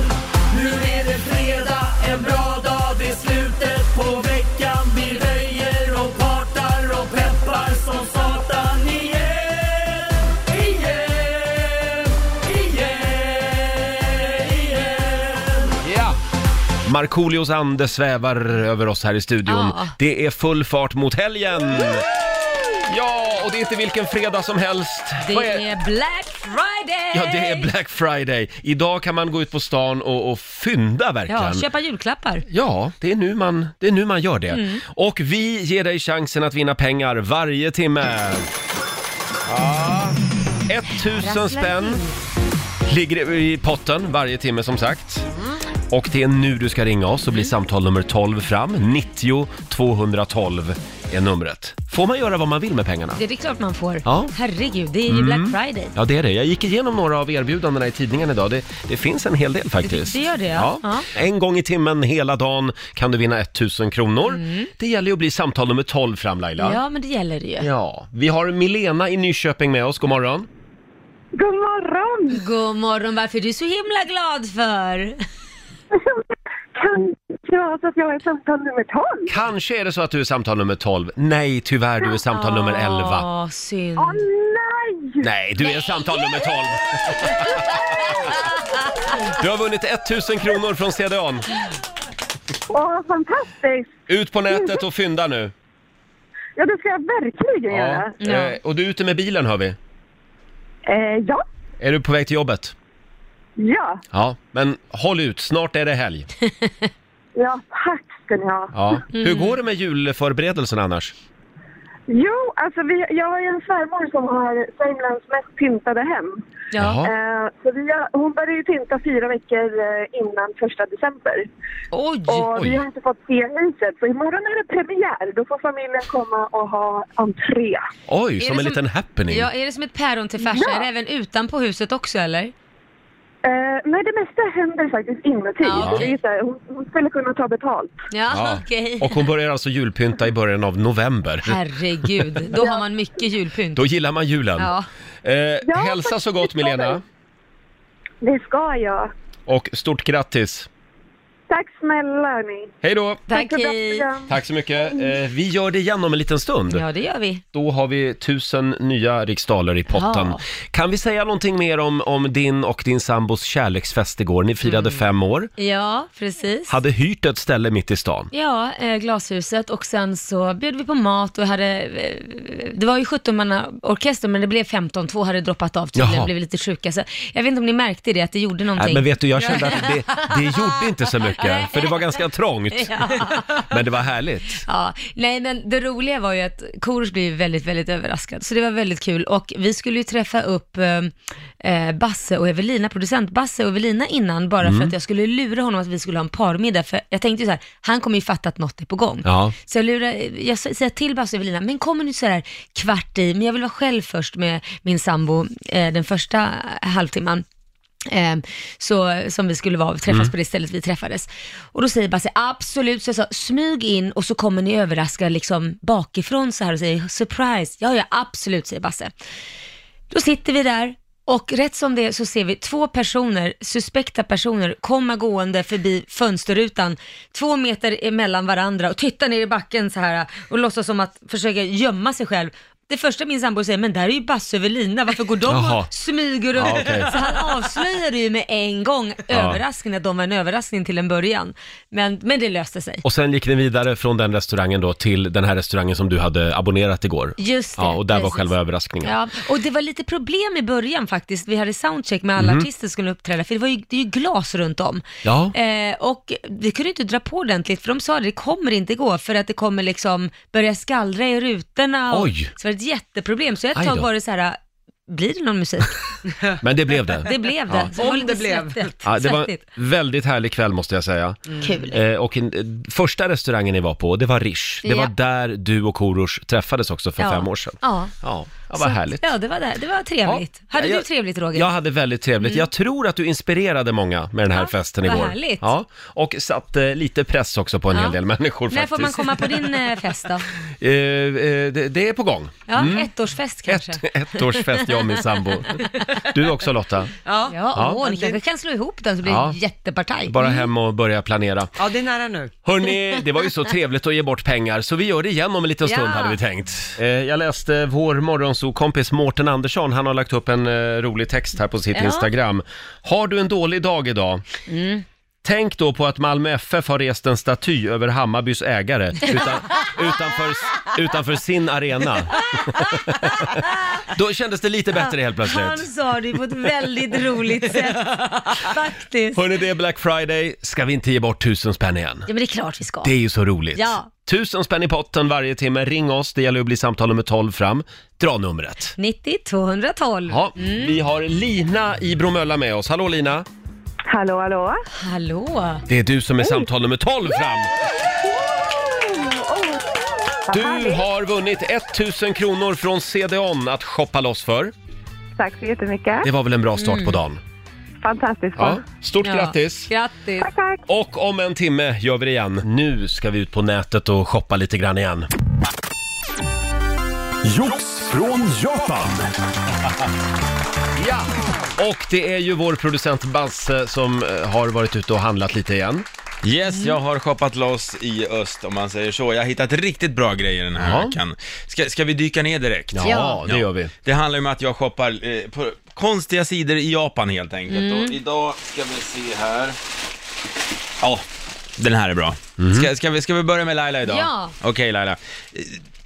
Speaker 10: Nu är det fredag, en bra dag, det är slutet på veckan Vi röjer och partar och peppar som satan igen Igen, igen
Speaker 1: Markoolios ande svävar över oss här i studion.
Speaker 2: Ja.
Speaker 1: Det är full fart mot helgen! Ja, och det är inte vilken fredag som helst.
Speaker 2: Det
Speaker 1: Vad
Speaker 2: är Black Friday!
Speaker 1: Ja, det är Black Friday. Idag kan man gå ut på stan och, och fynda verkligen.
Speaker 2: Ja, köpa julklappar.
Speaker 1: Ja, det är nu man, det är nu man gör det.
Speaker 2: Mm.
Speaker 1: Och vi ger dig chansen att vinna pengar varje timme. Ja. 1000 spänn ligger i potten varje timme som sagt. Och det är nu du ska ringa oss och bli samtal nummer 12 fram. 90 212 är numret. Får man göra vad man vill med pengarna?
Speaker 2: Det är det klart man får.
Speaker 1: Ja.
Speaker 2: Herregud, det är ju
Speaker 1: Mm.
Speaker 2: Black Friday.
Speaker 1: Ja, det är det. Jag gick igenom några av erbjudandena i tidningen idag. Det, det finns en hel del faktiskt.
Speaker 2: Det gör det, ja. Ja.
Speaker 1: En gång i timmen hela dagen kan du vinna 1000 kronor. Det gäller ju att bli samtal nummer 12 fram Laila.
Speaker 2: Mm. Ja, men det gäller det ju.
Speaker 1: Ja. Vi har Milena i Nyköping med oss. God morgon.
Speaker 2: God morgon! God morgon, varför är du så himla glad för?
Speaker 11: Kan det vara så alltså att jag är samtal nummer 12?
Speaker 1: Kanske är det så att du är samtal nummer 12. Nej, tyvärr, du är samtal nummer 11.
Speaker 2: Åh, synd.
Speaker 11: Åh nej!
Speaker 1: Nej, du är samtal nummer 12. Du har vunnit 1000 kronor från CDON.
Speaker 11: Åh, fantastiskt!
Speaker 1: Ut på nätet och fynda nu.
Speaker 11: Ja, det ska jag verkligen
Speaker 1: Ja.
Speaker 11: göra.
Speaker 1: Eh, Och du är ute med bilen hör vi.
Speaker 11: Eh, ja.
Speaker 1: Är du på väg till jobbet?
Speaker 11: Ja.
Speaker 1: Ja, men håll ut, snart är det helg.
Speaker 11: Ja, tack ska ni ha.
Speaker 1: [LAUGHS]
Speaker 11: Mm.
Speaker 1: Ja. Hur går det med julförberedelserna annars?
Speaker 11: Jo, alltså vi, jag har ju en svärmor som har Sörmlands mest pyntade hem.
Speaker 1: Jaha.
Speaker 11: Eh, så vi har, hon började ju pynta fyra veckor eh, innan första december.
Speaker 2: Oj!
Speaker 11: Och
Speaker 1: oj.
Speaker 11: vi har inte fått se huset, så imorgon är det premiär. Då får familjen komma och ha entré.
Speaker 1: Oj,
Speaker 2: Är
Speaker 1: som
Speaker 2: det
Speaker 1: en
Speaker 2: som-
Speaker 1: liten happening.
Speaker 2: Ja, är det som ett päron till farsa?
Speaker 11: Ja.
Speaker 2: Är det även utanpå huset också eller?
Speaker 11: Eh, nej, det mesta händer faktiskt inuti.
Speaker 2: Ja,
Speaker 11: Så
Speaker 1: okej.
Speaker 11: det är så här, hon, hon skulle kunna ta betalt.
Speaker 2: Ja,
Speaker 1: Ja.
Speaker 2: [LAUGHS] okej.
Speaker 1: Och hon börjar alltså julpynta i början av november.
Speaker 2: Herregud, då har man mycket julpynt.
Speaker 1: Då gillar man julen.
Speaker 2: Ja.
Speaker 1: Eh, hälsa så gott Milena
Speaker 11: Det ska jag.
Speaker 1: och stort grattis.
Speaker 11: Tack snälla ni.
Speaker 1: Hej då!
Speaker 2: Tack,
Speaker 11: för ett bra
Speaker 2: hej.
Speaker 11: program.
Speaker 1: Tack så mycket. Eh, vi gör det igen om en liten stund.
Speaker 2: Ja, det gör vi.
Speaker 1: Då har vi tusen nya riksdaler i potten.
Speaker 2: Ja.
Speaker 1: Kan vi säga någonting mer om, om din och din sambos kärleksfest igår? Ni firade
Speaker 2: Mm.
Speaker 1: fem år,
Speaker 2: Ja, precis.
Speaker 1: hade hyrt ett ställe mitt i stan. Äh,
Speaker 2: Ja, eh, glashuset och sen så bjöd vi på mat och hade, eh, det var ju 17 manna orkester men det blev 15, två hade droppat av
Speaker 1: Jaha.
Speaker 2: tydligen, blev lite sjuka. Så jag vet inte om ni märkte det, att det gjorde någonting.
Speaker 1: Nej, men vet du, jag kände att
Speaker 2: [LAUGHS]
Speaker 1: det, det gjorde inte så mycket, för det var ganska trångt.
Speaker 2: Ja.
Speaker 1: Men det var härligt.
Speaker 2: [LAUGHS] Ja, nej men det roliga var ju att Korosh blev väldigt, väldigt överraskad, så det var väldigt kul och vi skulle ju träffa upp eh, eh, Basse och Evelina, producent Basse och Evelina innan, bara
Speaker 1: Mm.
Speaker 2: för att jag skulle lura honom att vi skulle ha en parmiddag, för jag tänkte ju så här, han kommer ju fatta att något är på gång.
Speaker 1: Ja.
Speaker 2: Så jag, lurar, jag s- säger till Basse och Evelina, men kommer nu så här kvart i, men jag vill vara själv först med min sambo eh, den första halvtimman. Eh, så, som vi skulle vara, träffas
Speaker 4: Mm.
Speaker 2: på det stället vi träffades. Och då säger Basse absolut, så jag sa smyg in och så kommer ni överraska liksom bakifrån så här och säger surprise. Ja, ja absolut, säger Basse. Då sitter vi där och rätt som det är så ser vi två personer, suspekta personer, komma gående förbi fönsterrutan, två meter emellan varandra och titta ner i backen så här och låtsas som att försöka gömma sig själv. Det första min sambo säger, men där är ju Basse och Evelina, varför går de
Speaker 4: Jaha.
Speaker 2: och smyger runt?
Speaker 4: Ja, okej.
Speaker 2: Så han avslöjade ju med en gång
Speaker 1: Ja.
Speaker 2: överraskningen, att de var en överraskning till en början. Men, men det löste sig.
Speaker 1: Och sen gick ni vidare från den restaurangen då till den här restaurangen som du hade abonnerat igår.
Speaker 2: Just det,
Speaker 1: Ja, och där var
Speaker 2: precis.
Speaker 1: själva överraskningen.
Speaker 2: Ja, och det var lite problem i början faktiskt. Vi hade soundcheck med alla
Speaker 1: Mhm.
Speaker 2: artister som skulle uppträda, för det, var ju, det är ju glas runt om.
Speaker 1: Ja.
Speaker 2: Eh, och vi kunde inte dra på ordentligt, för de sa det, det kommer inte gå, för att det kommer liksom börja skallra i rutorna. Och,
Speaker 1: Oj.
Speaker 2: Så var det ett jätteproblem, så
Speaker 1: Aj
Speaker 2: ett tag
Speaker 1: då.
Speaker 2: var det så här, blir det någon
Speaker 1: [LAUGHS]
Speaker 2: musik?
Speaker 1: Men det blev det.
Speaker 2: det blev det. Så var
Speaker 3: Om
Speaker 2: lite
Speaker 3: det blev.
Speaker 2: svettigt.
Speaker 1: Ja, det var en
Speaker 2: Svettigt. Mm.
Speaker 1: väldigt härlig kväll måste jag säga.
Speaker 2: Kul.
Speaker 1: Eh, och en, första restaurangen ni var på, det var Rish. Det
Speaker 2: Ja.
Speaker 1: var där du och Korosh träffades också för
Speaker 2: Ja.
Speaker 1: fem år sedan.
Speaker 2: Ja.
Speaker 1: Ja, ja
Speaker 2: Så
Speaker 1: vad
Speaker 2: att-
Speaker 1: härligt.
Speaker 2: Ja, det var, det. Det var trevligt. Hade
Speaker 1: Ja,
Speaker 2: du
Speaker 1: jag-
Speaker 2: trevligt Roger?
Speaker 1: Jag hade väldigt trevligt.
Speaker 2: Mm.
Speaker 1: Jag tror att du inspirerade många med den här festen
Speaker 2: vad
Speaker 1: igår.
Speaker 2: härligt.
Speaker 1: Ja, och satte lite press också på en
Speaker 2: Ja.
Speaker 1: hel del människor
Speaker 2: När
Speaker 1: faktiskt.
Speaker 2: får man komma på din eh, fest då?
Speaker 1: Eh, eh, det, det är på gång.
Speaker 2: Ja,
Speaker 1: Mm.
Speaker 2: ettårsfest kanske?
Speaker 1: Ettårsfest, jag och min
Speaker 2: [LAUGHS]
Speaker 1: sambo. Du också Lotta.
Speaker 2: Ja,
Speaker 1: Ja.
Speaker 2: Åh, ni kanske kan slå ihop den så blir
Speaker 1: Ja.
Speaker 2: det en jättepartaj. Mm.
Speaker 1: Bara hem och börja planera.
Speaker 3: Ja, det är nära nu.
Speaker 1: Hörni, det var ju så trevligt att ge bort pengar så vi gör det igen om en liten stund
Speaker 3: Ja.
Speaker 1: hade vi tänkt. Eh, jag läste vår morgonsokompis Mårten Andersson, han har lagt upp en eh, rolig text här på sitt
Speaker 2: Ja.
Speaker 1: Instagram. Har du en dålig dag idag?
Speaker 2: Mm.
Speaker 1: Tänk då på att Malmö FF har rest en staty över Hammarbys ägare utan, utanför, utanför sin arena. Då kändes det lite bättre helt
Speaker 2: Han
Speaker 1: plötsligt.
Speaker 2: sa det på ett väldigt roligt sätt. Faktiskt.
Speaker 1: Hörrni, det är Black Friday. Ska vi inte ge bort tusen spänn igen?
Speaker 2: Ja men det är klart vi ska.
Speaker 1: Det är ju så roligt.
Speaker 2: Ja.
Speaker 1: Tusen spänn i potten varje timme. Ring oss, det gäller att bli samtal nummer 12 fram. Dra numret.
Speaker 2: 90 212.
Speaker 1: Ja,
Speaker 2: Mm.
Speaker 1: vi har Lina i Bromölla med oss. Hallå Lina!
Speaker 11: Hallå, hallå. Oh,
Speaker 2: Hallå.
Speaker 1: Det är du som är samtal nummer 12 fram.
Speaker 11: oh.
Speaker 1: Du har vunnit 1000 kronor från CDON att shoppa loss för.
Speaker 11: Tack så jättemycket.
Speaker 1: Det var väl en bra
Speaker 11: Mm.
Speaker 2: Mm.
Speaker 1: start på dagen?
Speaker 11: Fantastiskt
Speaker 1: Ja,
Speaker 11: bra.
Speaker 1: stort grattis!
Speaker 2: Grattis.
Speaker 11: Tack, tack.
Speaker 1: Och om en timme gör vi det igen. Nu ska vi ut på nätet och shoppa lite grann igen.
Speaker 12: Jox från Japan.
Speaker 1: Ja! Och det är ju vår producent Basse som eh, har varit ute och handlat lite igen.
Speaker 4: Yes, jag har shoppat loss i öst om man säger så. Jag har hittat riktigt bra grejer den här
Speaker 1: Ja.
Speaker 4: veckan. Ska, ska vi dyka ner direkt?
Speaker 1: Ja, Ja. det gör vi.
Speaker 4: Det handlar om att jag shoppar eh, på konstiga sidor i Japan helt enkelt.
Speaker 1: Mm.
Speaker 4: Och idag ska vi se här. Ja, den här är bra. Ska, ska, vi, ska vi börja med Laila idag?
Speaker 2: Ja.
Speaker 4: Okej Laila. Eh,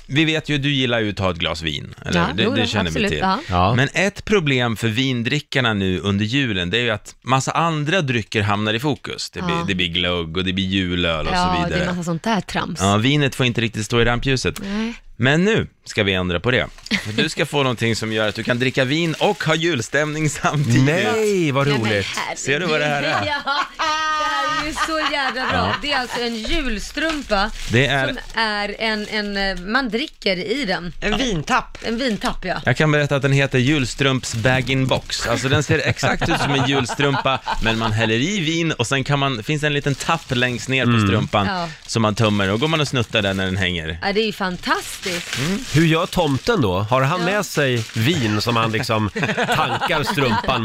Speaker 4: Vi vet ju, du gillar ju att ta ett glas vin. Eller?
Speaker 2: Ja,
Speaker 4: det,
Speaker 2: jo då,
Speaker 4: det känner
Speaker 2: absolut,
Speaker 4: vi till.
Speaker 2: ja.
Speaker 4: Men ett problem för vindrickarna nu under julen, det är ju att massa andra drycker hamnar i fokus. Det blir,
Speaker 2: Ja.
Speaker 4: det blir glögg och det blir julöl och så
Speaker 2: Ja, det är
Speaker 4: vidare.
Speaker 2: massa sånt där trams.
Speaker 4: Ja, vinet får inte riktigt stå i rampljuset.
Speaker 2: Nej.
Speaker 4: Men nu ska vi ändra
Speaker 2: [LAUGHS]
Speaker 4: på det. För Du ska få någonting som gör att du kan dricka vin och ha julstämning samtidigt.
Speaker 1: Nej, vad
Speaker 2: Nej, men roligt. herregud.
Speaker 4: Ser du vad det här är?
Speaker 2: [LAUGHS] Ja, det här är ju så jävla bra.
Speaker 4: Ja.
Speaker 2: Det är alltså en julstrumpa
Speaker 4: Det är-
Speaker 2: som är en, en, eh, man dricker i den.
Speaker 3: En vintapp.
Speaker 2: En vintapp ja.
Speaker 4: Jag kan berätta att den heter julstrumps bag-in-box. Alltså den ser exakt ut som en julstrumpa, men man häller i vin och sen kan man, finns en liten tapp längst ner på strumpan
Speaker 2: Mm. Ja.
Speaker 4: som man tömmer och går man och snuttar den när den hänger.
Speaker 2: ja det är ju fantastiskt.
Speaker 1: Hur gör tomten då? Har han
Speaker 2: Ja.
Speaker 1: med sig vin som han liksom tankar strumpan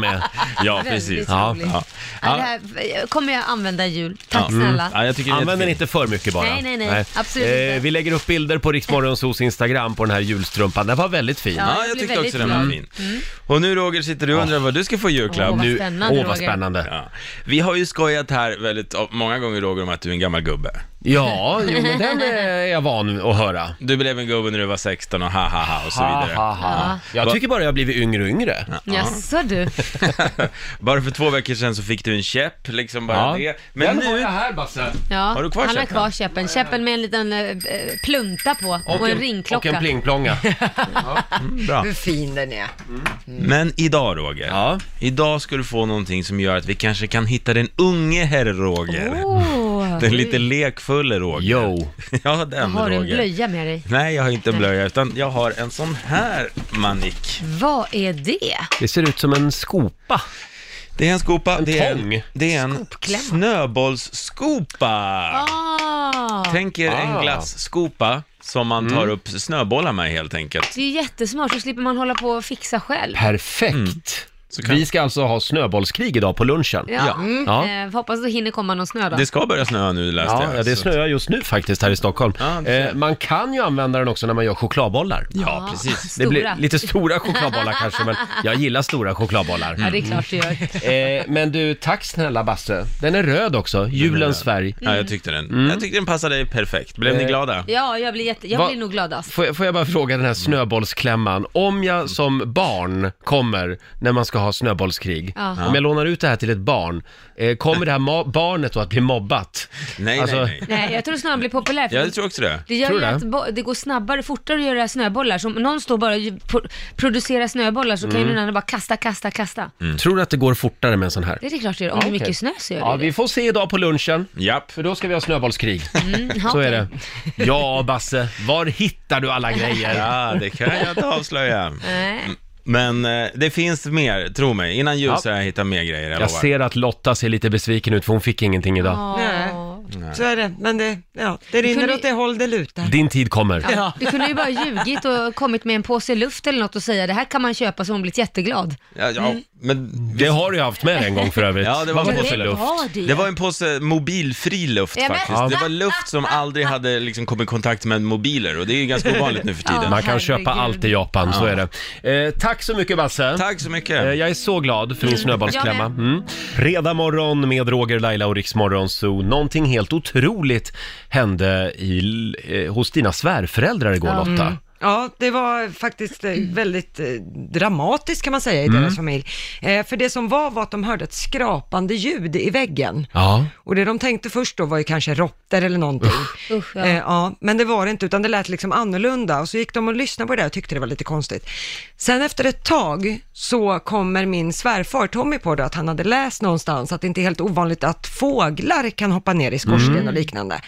Speaker 2: [LAUGHS]
Speaker 1: med?
Speaker 4: Ja,
Speaker 2: Väldigt precis.
Speaker 1: Ja,
Speaker 2: roligt. Ja, det här eh, kommer jag använda i jul. Tack
Speaker 1: Mm.
Speaker 2: snälla.
Speaker 1: Använd den inte för mycket bara. Eh,
Speaker 2: Nej, nej, nej. Absolut inte.
Speaker 1: Vi lägger upp bilder på Riksmorgonsos Instagram på den här julstrumpan. Den var väldigt fin.
Speaker 4: Ja, jag jag blev tyckte också väldigt den
Speaker 1: Mm.
Speaker 4: var glad. fin. Och nu Roger sitter du och undrar vad du ska få i julklapp.
Speaker 1: Åh, vad
Speaker 4: Nu-
Speaker 1: spännande, Åh, vad Roger. spännande.
Speaker 4: Ja. Vi har ju skojat här väldigt många gånger Roger om att du är en gammal gubbe.
Speaker 1: Ja, jo, men den är jag van att höra.
Speaker 4: Du blev en gubbe när du var 16 och ha ha ha och så
Speaker 1: Ha,
Speaker 4: vidare.
Speaker 1: ha, ha. Jag tycker bara jag har blivit yngre och yngre.
Speaker 2: Jaså du.
Speaker 4: Bara för två veckor sedan så fick du en käpp, liksom bara
Speaker 1: Ja.
Speaker 4: det. Men
Speaker 1: Den har
Speaker 4: nu...
Speaker 1: jag här Basse.
Speaker 2: Ja,
Speaker 4: Har du kvar
Speaker 2: han har
Speaker 4: käppen?
Speaker 2: kvar käppen. Käppen med en liten eh, eh, plunta på och, en, ringklocka.
Speaker 4: och en
Speaker 1: [LAUGHS] plingplonga.
Speaker 4: Bra.
Speaker 3: Hur fin den är.
Speaker 4: Men idag Roger, idag ska du få någonting som gör att vi kanske kan hitta den unge herr
Speaker 1: Oh.
Speaker 4: Roger.
Speaker 2: Åh,
Speaker 4: Den lite lekfulle Roger.
Speaker 1: Jo.
Speaker 4: [LAUGHS] ja, den
Speaker 2: Oh, Har du en
Speaker 4: Roger.
Speaker 2: blöja med dig?
Speaker 4: Nej, jag har inte en blöja, utan jag har en sån här manik.
Speaker 2: Vad är det?
Speaker 1: Det ser ut som en skopa.
Speaker 4: Det är en skopa. det är
Speaker 1: tång.
Speaker 4: en, det är en snöbollsskopa.
Speaker 2: Ah.
Speaker 4: Tänk er en
Speaker 2: Ah.
Speaker 4: glasskopa som man
Speaker 1: Mm.
Speaker 4: tar upp snöbollar med helt enkelt.
Speaker 2: Det är jättesmart, så slipper man hålla på och fixa själv.
Speaker 1: Perfekt.
Speaker 4: Mm.
Speaker 1: Vi ska alltså ha snöbollskrig idag på lunchen.
Speaker 2: Ja. Mm. Eh, hoppas det hinner komma någon snö då.
Speaker 4: Det ska börja snöa nu läste
Speaker 1: Ja,
Speaker 4: jag.
Speaker 1: ja, det
Speaker 4: så-
Speaker 1: snöar just nu faktiskt här i Stockholm. eh, man kan ju använda den också när man gör chokladbollar.
Speaker 2: Ja, precis.
Speaker 1: Det blir
Speaker 2: stora.
Speaker 1: lite stora chokladbollar kanske, men jag gillar stora chokladbollar.
Speaker 2: Ja, det är klart du gör.
Speaker 1: Eh, men du, tack snälla Basse. Den är röd också, julens färg. Mm.
Speaker 4: Ja, jag tyckte den. Jag tyckte den passade dig perfekt. Blev ni
Speaker 1: Eh,
Speaker 4: glada?
Speaker 2: Ja, jag blir, jätte... jag
Speaker 1: Va-
Speaker 2: blir nog alltså. gladast.
Speaker 1: Får jag, får jag bara fråga
Speaker 4: Mm.
Speaker 1: den här snöbollsklämman. Om jag som barn kommer när man ska ha snöbollskrig,
Speaker 2: Ja.
Speaker 1: om jag lånar ut det här till ett barn, eh, kommer det här
Speaker 4: [LAUGHS]
Speaker 1: ma- barnet då att bli mobbat? Alltså-
Speaker 4: Nej,
Speaker 1: nej,
Speaker 2: Nej, jag tror snarare han blir populär. för-
Speaker 4: också det.
Speaker 2: Det gör ju att bo- det går snabbare, fortare att göra snöbollar. Så om någon står bara och ju- pro- producerar snöbollar så kan ju
Speaker 1: Mm.
Speaker 2: någon annan bara kasta, kasta, kasta.
Speaker 4: Mm.
Speaker 1: Tror du att det går fortare med en sån här?
Speaker 2: Det är klart det gör. Om det är
Speaker 1: Ja, okej.
Speaker 2: mycket snö så gör det
Speaker 1: Ja, vi får se idag på lunchen.
Speaker 4: Japp.
Speaker 1: För då ska vi ha snöbollskrig.
Speaker 2: Mm, ja,
Speaker 1: [LAUGHS] Så
Speaker 2: okej.
Speaker 1: är det. Ja, Basse, var hittar du alla grejer?
Speaker 4: Ja, det kan jag inte avslöja.
Speaker 1: [LAUGHS]
Speaker 2: Nej.
Speaker 4: Men eh, det finns mer, tro mig. Innan jul
Speaker 1: Ja.
Speaker 4: så har jag hittat mer grejer, jag
Speaker 1: Jag
Speaker 4: lovar.
Speaker 1: ser att Lotta ser lite besviken ut för hon fick ingenting idag.
Speaker 2: Åh.
Speaker 1: Nej.
Speaker 3: så är det. Men det, ja, det
Speaker 2: Du
Speaker 3: rinner
Speaker 2: kunde-
Speaker 3: åt det håll det lutar.
Speaker 1: Din tid kommer.
Speaker 2: Ja. Du kunde ju bara ljugit och kommit med en påse luft eller något och säga det här kan man köpa så hon blivit jätteglad.
Speaker 4: Ja, ja,
Speaker 2: Mm.
Speaker 4: men
Speaker 1: Det har du ju haft med dig en gång för övrigt.
Speaker 4: Ja, det var
Speaker 1: Vad
Speaker 4: en
Speaker 1: var
Speaker 4: påse
Speaker 1: det?
Speaker 4: luft.
Speaker 2: Vad var det?
Speaker 4: Det var en påse mobilfri luft
Speaker 2: Ja, men-
Speaker 4: faktiskt.
Speaker 2: Ja.
Speaker 4: Det var luft som aldrig hade liksom kommit i kontakt med mobiler och det är ju ganska ovanligt nu för tiden.
Speaker 1: Man kan köpa allt i Japan, så
Speaker 4: Ja.
Speaker 1: är det. Eh, tack så mycket Basse.
Speaker 4: Tack så mycket.
Speaker 1: Eh, jag är så glad för min
Speaker 4: Mm.
Speaker 1: snöbollsklämma.
Speaker 4: Jag med.
Speaker 1: Mm. Fredag morgon med Roger, Laila och Riksmorgon så någonting helt otroligt hände i, eh, hos dina svärföräldrar igår Lotta.
Speaker 3: Mm. Ja, det var faktiskt eh, väldigt eh, dramatiskt kan man säga i
Speaker 1: Mm.
Speaker 3: deras familj. Eh, för det som var var att de hörde ett skrapande ljud i väggen.
Speaker 1: Ja.
Speaker 3: Och det de tänkte först då var ju kanske råttor eller någonting.
Speaker 1: [LAUGHS]
Speaker 2: Usch, ja.
Speaker 3: Eh, ja, men det var det inte, utan det lät liksom annorlunda. Och så gick de och lyssnade på det där och tyckte det var lite konstigt. Sen efter ett tag så kommer min svärfar Tommy på det, att han hade läst någonstans att det inte är helt ovanligt att fåglar kan hoppa ner i skorsten
Speaker 13: Mm.
Speaker 3: och liknande.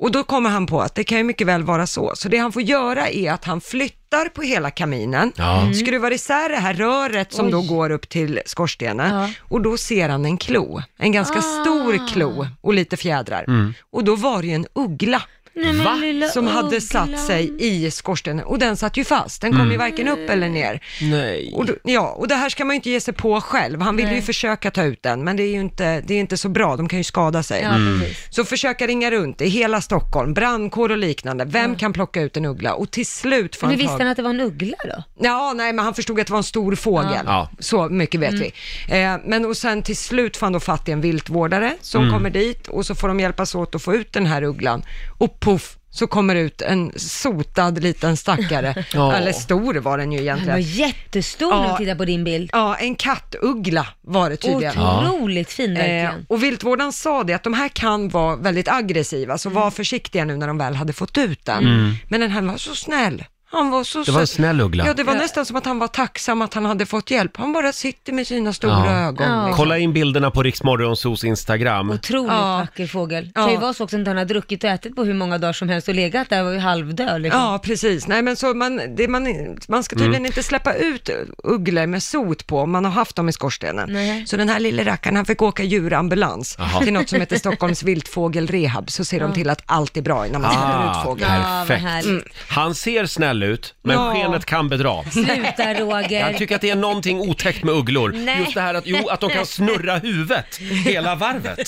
Speaker 3: Och då kommer han på att det kan ju mycket väl vara så. Så det han får göra är att han flyttar på hela kaminen,
Speaker 13: Ja. Mm.
Speaker 3: skruvar isär det här röret som
Speaker 13: Oj.
Speaker 3: då går upp till skorstenen och då ser han en klo, en
Speaker 13: Ah.
Speaker 3: ganska stor klo och lite fjädrar.
Speaker 13: Mm.
Speaker 3: Och då var det ju en uggla.
Speaker 2: Nej, men Va? lilla
Speaker 3: Som hade
Speaker 2: ugglan.
Speaker 3: satt sig i skorstenen och den satt ju fast, den kom
Speaker 13: Mm.
Speaker 3: ju varken upp eller ner.
Speaker 1: Nej.
Speaker 3: Och då, ja, och det här ska man ju inte ge sig på själv. Han ville ju
Speaker 13: Nej.
Speaker 3: försöka ta ut den, men det är ju inte, det är inte så bra, de kan ju skada sig.
Speaker 13: Ja, Mm. precis.
Speaker 3: Så försöka ringa runt i hela Stockholm, brandkår och liknande. Vem kan plocka ut en uggla? Och till slut får
Speaker 2: Men
Speaker 3: han
Speaker 2: visste
Speaker 3: tag
Speaker 2: han att det var en uggla då?
Speaker 3: Ja, nej, men han förstod att det var en stor fågel.
Speaker 2: Ja.
Speaker 3: Så mycket vet
Speaker 2: Mm.
Speaker 3: vi. Eh, men och sen till slut får han då fatt i en viltvårdare som
Speaker 13: Mm.
Speaker 3: kommer dit och så får de hjälpas åt att få ut den här ugglan. Och puff, så kommer det ut en sotad liten stackare.
Speaker 2: [LAUGHS] Ja.
Speaker 3: Eller stor var den ju
Speaker 2: Han
Speaker 3: egentligen.
Speaker 2: var jättestor när
Speaker 3: Ja.
Speaker 2: jag tittar på din bild.
Speaker 3: Ja, en kattuggla var det tydligen.
Speaker 2: Otroligt fin
Speaker 3: Eh,
Speaker 2: verkligen.
Speaker 3: och viltvårdaren sa det att de här kan vara väldigt aggressiva, så var försiktiga nu när de väl hade fått ut den.
Speaker 1: Mm.
Speaker 3: Men den här var så snäll. Han var så
Speaker 1: Det var en
Speaker 3: söt.
Speaker 1: snäll uggla.
Speaker 3: Ja, det var nästan som att han var tacksam att han hade fått hjälp. Han bara sitter med sina stora ögon. liksom.
Speaker 1: Kolla in bilderna på Riksmorgonsos Instagram.
Speaker 2: Otroligt
Speaker 3: Ja.
Speaker 2: vacker fågel. Kan ju
Speaker 3: Ja.
Speaker 2: vara så också att han har druckit och ätit på hur många dagar som helst och legat där och är halvdöd liksom.
Speaker 3: Ja, precis. Nej, men så man, det man, man ska tydligen
Speaker 2: Mm.
Speaker 3: inte släppa ut ugglor med sot på om man har haft dem i skorstenen.
Speaker 2: Nej.
Speaker 3: Så den här lille rackaren, han fick åka djurambulans
Speaker 1: Jaha.
Speaker 3: till något
Speaker 1: [LAUGHS]
Speaker 3: som heter Stockholms viltfågelrehab, så ser de
Speaker 2: Ja.
Speaker 3: till att allt är bra innan man släpper ut
Speaker 1: Ah,
Speaker 3: fågeln.
Speaker 1: perfekt.
Speaker 3: Mm.
Speaker 1: Han ser snäll ut, men
Speaker 3: Ja.
Speaker 1: skenet kan bedra.
Speaker 2: Sluta Roger.
Speaker 1: Jag tycker att det är någonting otäckt med ugglor.
Speaker 2: Nej.
Speaker 1: Just det här att, jo, att de kan snurra huvudet hela varvet.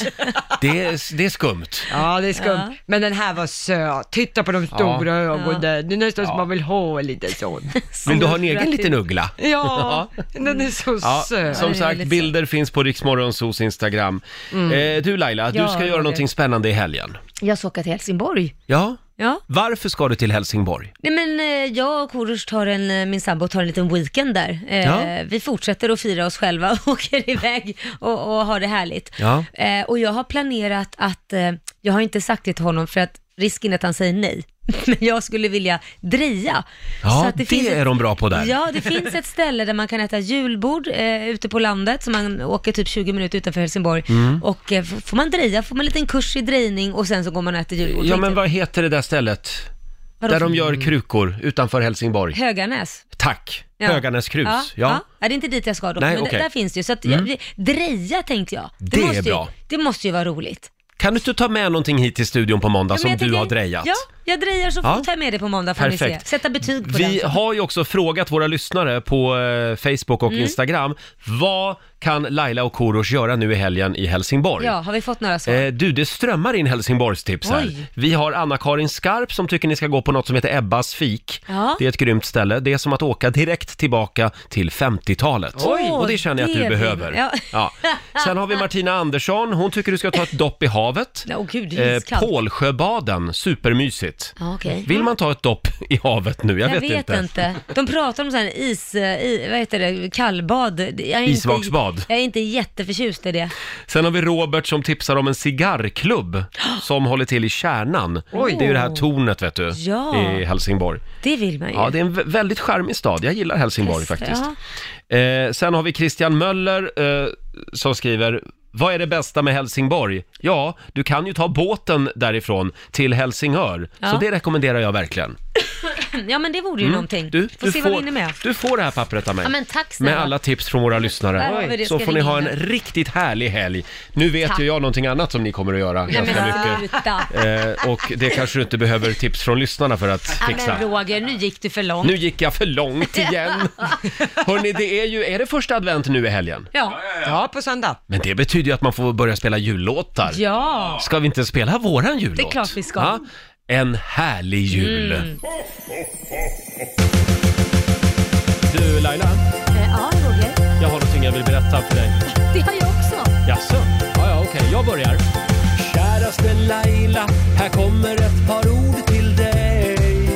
Speaker 1: Det är, det är skumt.
Speaker 3: Ja, det är skumt.
Speaker 1: Ja.
Speaker 3: Men den här var söt. Titta på de stora ögonen. Det är nästan som man vill ha en liten sån.
Speaker 2: [LAUGHS]
Speaker 1: Vill du ha en egen liten uggla?
Speaker 3: Ja, den är så
Speaker 1: Ja,
Speaker 3: söt.
Speaker 1: som sagt, bilder finns på Riksmorgonsos Instagram.
Speaker 2: Mm.
Speaker 1: Eh, du Laila,
Speaker 2: Ja,
Speaker 1: du ska göra
Speaker 2: Roger.
Speaker 1: någonting spännande i helgen.
Speaker 2: Jag ska åka till Helsingborg.
Speaker 1: Ja?
Speaker 2: Ja.
Speaker 1: Varför ska du till Helsingborg?
Speaker 2: Nej men eh, jag och Korosh tar en, eh, min sambo tar en liten weekend där. Eh,
Speaker 1: Ja.
Speaker 2: Vi fortsätter att fira oss själva [LAUGHS] och åker iväg och, och har det härligt. [LAUGHS]
Speaker 13: Ja.
Speaker 2: Eh, och jag har planerat att, eh, jag har inte sagt det till honom för att risken är att han säger nej. [LAUGHS] Men jag skulle vilja dreja.
Speaker 1: Ja, det är de bra på där.
Speaker 2: Ja, det finns ett ställe där man kan äta julbord eh, ute på landet, så man åker typ 20 minuter utanför Helsingborg.
Speaker 1: Mm.
Speaker 2: Och eh, f- får man dreja, får man en liten kurs i drejning och sen så går man och äter julbord.
Speaker 1: Ja, men vad heter det där stället?
Speaker 2: Vadå
Speaker 1: Där de
Speaker 2: för-
Speaker 1: gör krukor utanför Helsingborg.
Speaker 2: Höganäs.
Speaker 1: Tack!
Speaker 2: Ja.
Speaker 1: Höganäs krus.
Speaker 2: Ja,
Speaker 1: Ja.
Speaker 2: ja. Nej, det är inte dit jag ska då,
Speaker 1: Nej,
Speaker 2: men d-
Speaker 1: okej.
Speaker 2: där finns det ju. Så att,
Speaker 1: Mm.
Speaker 2: jag- dreja tänkte jag.
Speaker 1: Det är
Speaker 2: måste
Speaker 1: bra.
Speaker 2: Ju, det måste ju vara roligt.
Speaker 1: Kan du inte ta med någonting hit till studion på måndag
Speaker 2: Ja, men
Speaker 1: som Alltså, du
Speaker 2: jag tänker-
Speaker 1: har drejat?
Speaker 2: Ja, jag drejar så
Speaker 1: Ja.
Speaker 2: får tar jag med det på måndag får ni se.
Speaker 1: Perfekt.
Speaker 2: Sätta betyg på
Speaker 1: Vi
Speaker 2: den.
Speaker 1: har ju också frågat våra lyssnare på eh, Facebook och
Speaker 2: Mm.
Speaker 1: Instagram. Vad kan Laila och Korosh göra nu i helgen i Helsingborg?
Speaker 2: Ja, har vi fått några svar?
Speaker 1: Eh, du, det strömmar in Helsingborgstips här.
Speaker 2: Oj.
Speaker 1: Vi har Anna-Karin Skarp som tycker ni ska gå på något som heter Ebbas fik.
Speaker 2: Ja.
Speaker 1: Det är ett grymt ställe. Det är som att åka direkt tillbaka till 50-talet.
Speaker 2: Oj.
Speaker 1: och det känner jag att
Speaker 2: Det
Speaker 1: du
Speaker 2: är
Speaker 1: behöver.
Speaker 2: fint.
Speaker 1: Ja. Sen har vi Martina Andersson. Hon tycker du ska ta ett dopp i havet. Eh,
Speaker 2: Nej, åh gud, det är iskallt.
Speaker 1: Pålsjöbaden, supermysigt.
Speaker 2: Ja, okej.
Speaker 1: Vill man ta ett dopp i havet nu? Jag,
Speaker 2: Jag, vet, inte. De pratar om sån här is, eh, i, vad heter det, kallbad. Det- Jag är
Speaker 1: Isvaksbad.
Speaker 2: Inte, jag är inte jätteförtjust i det.
Speaker 1: Sen har vi Robert som tipsar om
Speaker 2: [GASPS]
Speaker 1: en cigarrklubb som håller till i Kärnan.
Speaker 2: Oj.
Speaker 1: Det är ju det här tornet vet du,
Speaker 2: Ja.
Speaker 1: i Helsingborg.
Speaker 2: Det vill man ju.
Speaker 1: Ja, det är en vä- väldigt charmig stad. Jag gillar Helsingborg
Speaker 2: Testa,
Speaker 1: faktiskt. Eh, sen har vi Christian Möller eh, som skriver vad är det bästa med Helsingborg? Ja, du kan ju ta båten därifrån till Helsingör,
Speaker 2: Ja.
Speaker 1: så det rekommenderar jag verkligen.
Speaker 2: ja men det vore ju
Speaker 1: Mm.
Speaker 2: någonting.
Speaker 1: Du,
Speaker 2: får
Speaker 1: du,
Speaker 2: se
Speaker 1: får,
Speaker 2: vad vi hinner med.
Speaker 1: du får det här pappret av mig.
Speaker 2: Ja, men tack snälla.
Speaker 1: med alla tips från våra lyssnare.
Speaker 2: Där har vi det,
Speaker 1: Så
Speaker 2: ska
Speaker 1: får ni
Speaker 2: ringa
Speaker 1: ha en
Speaker 2: in.
Speaker 1: riktigt härlig helg. Nu vet
Speaker 2: Tack.
Speaker 1: ju jag någonting annat som ni kommer att göra
Speaker 2: Nej
Speaker 1: ganska
Speaker 2: men
Speaker 1: mycket.
Speaker 2: sluta.
Speaker 1: Eh, och det kanske du inte behöver tips från lyssnarna för att
Speaker 2: Ja, men
Speaker 1: fixa.
Speaker 2: Roger, nu gick du för långt.
Speaker 1: Nu gick jag
Speaker 2: [LAUGHS]
Speaker 1: för långt igen. Hörni, det är ju, är det första advent nu i helgen?
Speaker 2: Ja.
Speaker 3: Ja, på söndag.
Speaker 1: Men det betyder ju att man får börja spela jullåtar.
Speaker 2: Ja.
Speaker 1: Ska vi inte spela våran jullåt?
Speaker 2: Det är klart vi ska.
Speaker 1: Ja. En härlig jul.
Speaker 2: Mm.
Speaker 1: Du Laila,
Speaker 2: Eh, Ja, Roger.
Speaker 1: jag har någonting jag vill berätta för dig.
Speaker 2: Det har jag också.
Speaker 1: Jaså? Ja, ja, okej. Jag börjar. Käraste Laila, här kommer ett par ord till dig.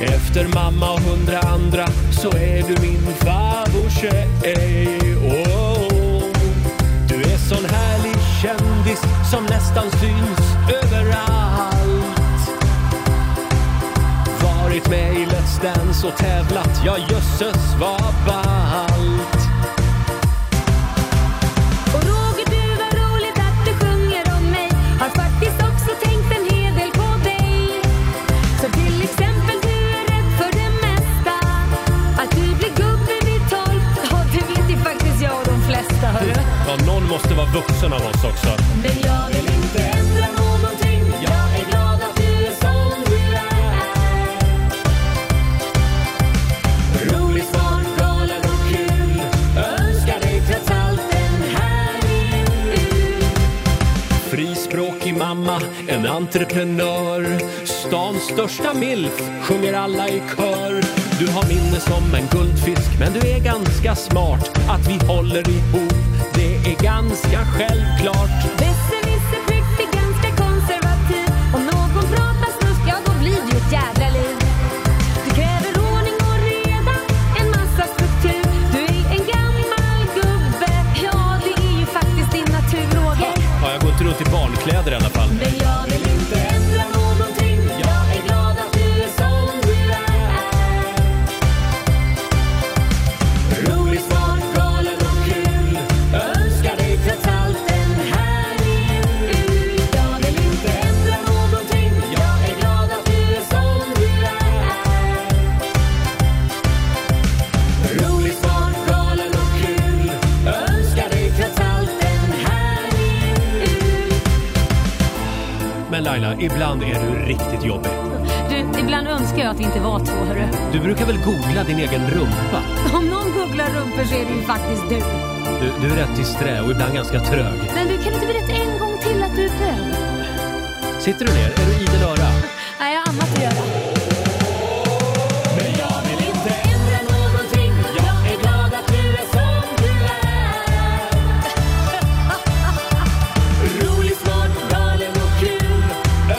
Speaker 1: Efter mamma och hundra andra så är du min favorittjej. Oh, du är sån härlig kändis som nästan syns överallt. Varit med i Let's Dance och tävlat, ja jösses vad ballt.
Speaker 13: Och Roger du vad roligt att du sjunger om mig Har faktiskt också tänkt en hel del på dig Så till exempel du är rädd för det mesta Att du blir gubbe vid tolv Ja det vet ju faktiskt jag och de flesta hörru
Speaker 1: Ja, någon måste vara vuxen av oss också.
Speaker 13: Men jag vill inte ändra någonting Jag är glad att du är som du är Rolig, smart, galen och kul Önskar dig trots allt en härlig jul
Speaker 1: Frispråkig mamma, en entreprenör. Stans största milf, sjunger alla i kör. Du har minne som en guldfisk, men du är ganska smart. Att vi håller ihop, det är ganska självklart.
Speaker 13: Besserwisser prickig, ganska konservativ. Om någon pratar snusk, ja då blir det ju ett jävla liv. Du kräver ordning och reda, en massa struktur. Du är en gammal gubbe, ja det är ju faktiskt din natur, Roger.
Speaker 1: Ja, jag går inte runt i barnkläder i alla fall.
Speaker 13: Men jag vill inte ändra någonting. Jag är glad att du är som du är. Rolig, smart, galen och kul. Önskar dig trots allt en härlig jul. Jag vill inte ändra någonting. Jag är glad att du är som du är. Rolig, smart, galen och kul. Önskar dig trots allt en härlig jul.
Speaker 1: Men Laila, ibland är du riktigt jobbig.
Speaker 2: Du, ibland önskar jag att vi inte var två, hörru.
Speaker 1: Du brukar väl googla din egen rumpa?
Speaker 2: Om någon googlar rumpor så är det ju faktiskt du.
Speaker 1: Du, du är rätt disträ och ibland ganska trög.
Speaker 13: Men du, kan inte berätta en gång till att du är bög?
Speaker 1: Sitter du ner? Är du idel öra?
Speaker 13: Nej, jag har annat att göra. Men jag vill inte ändra någonting. Jag är glad att du är som du är. Rolig, smart, galen och kul.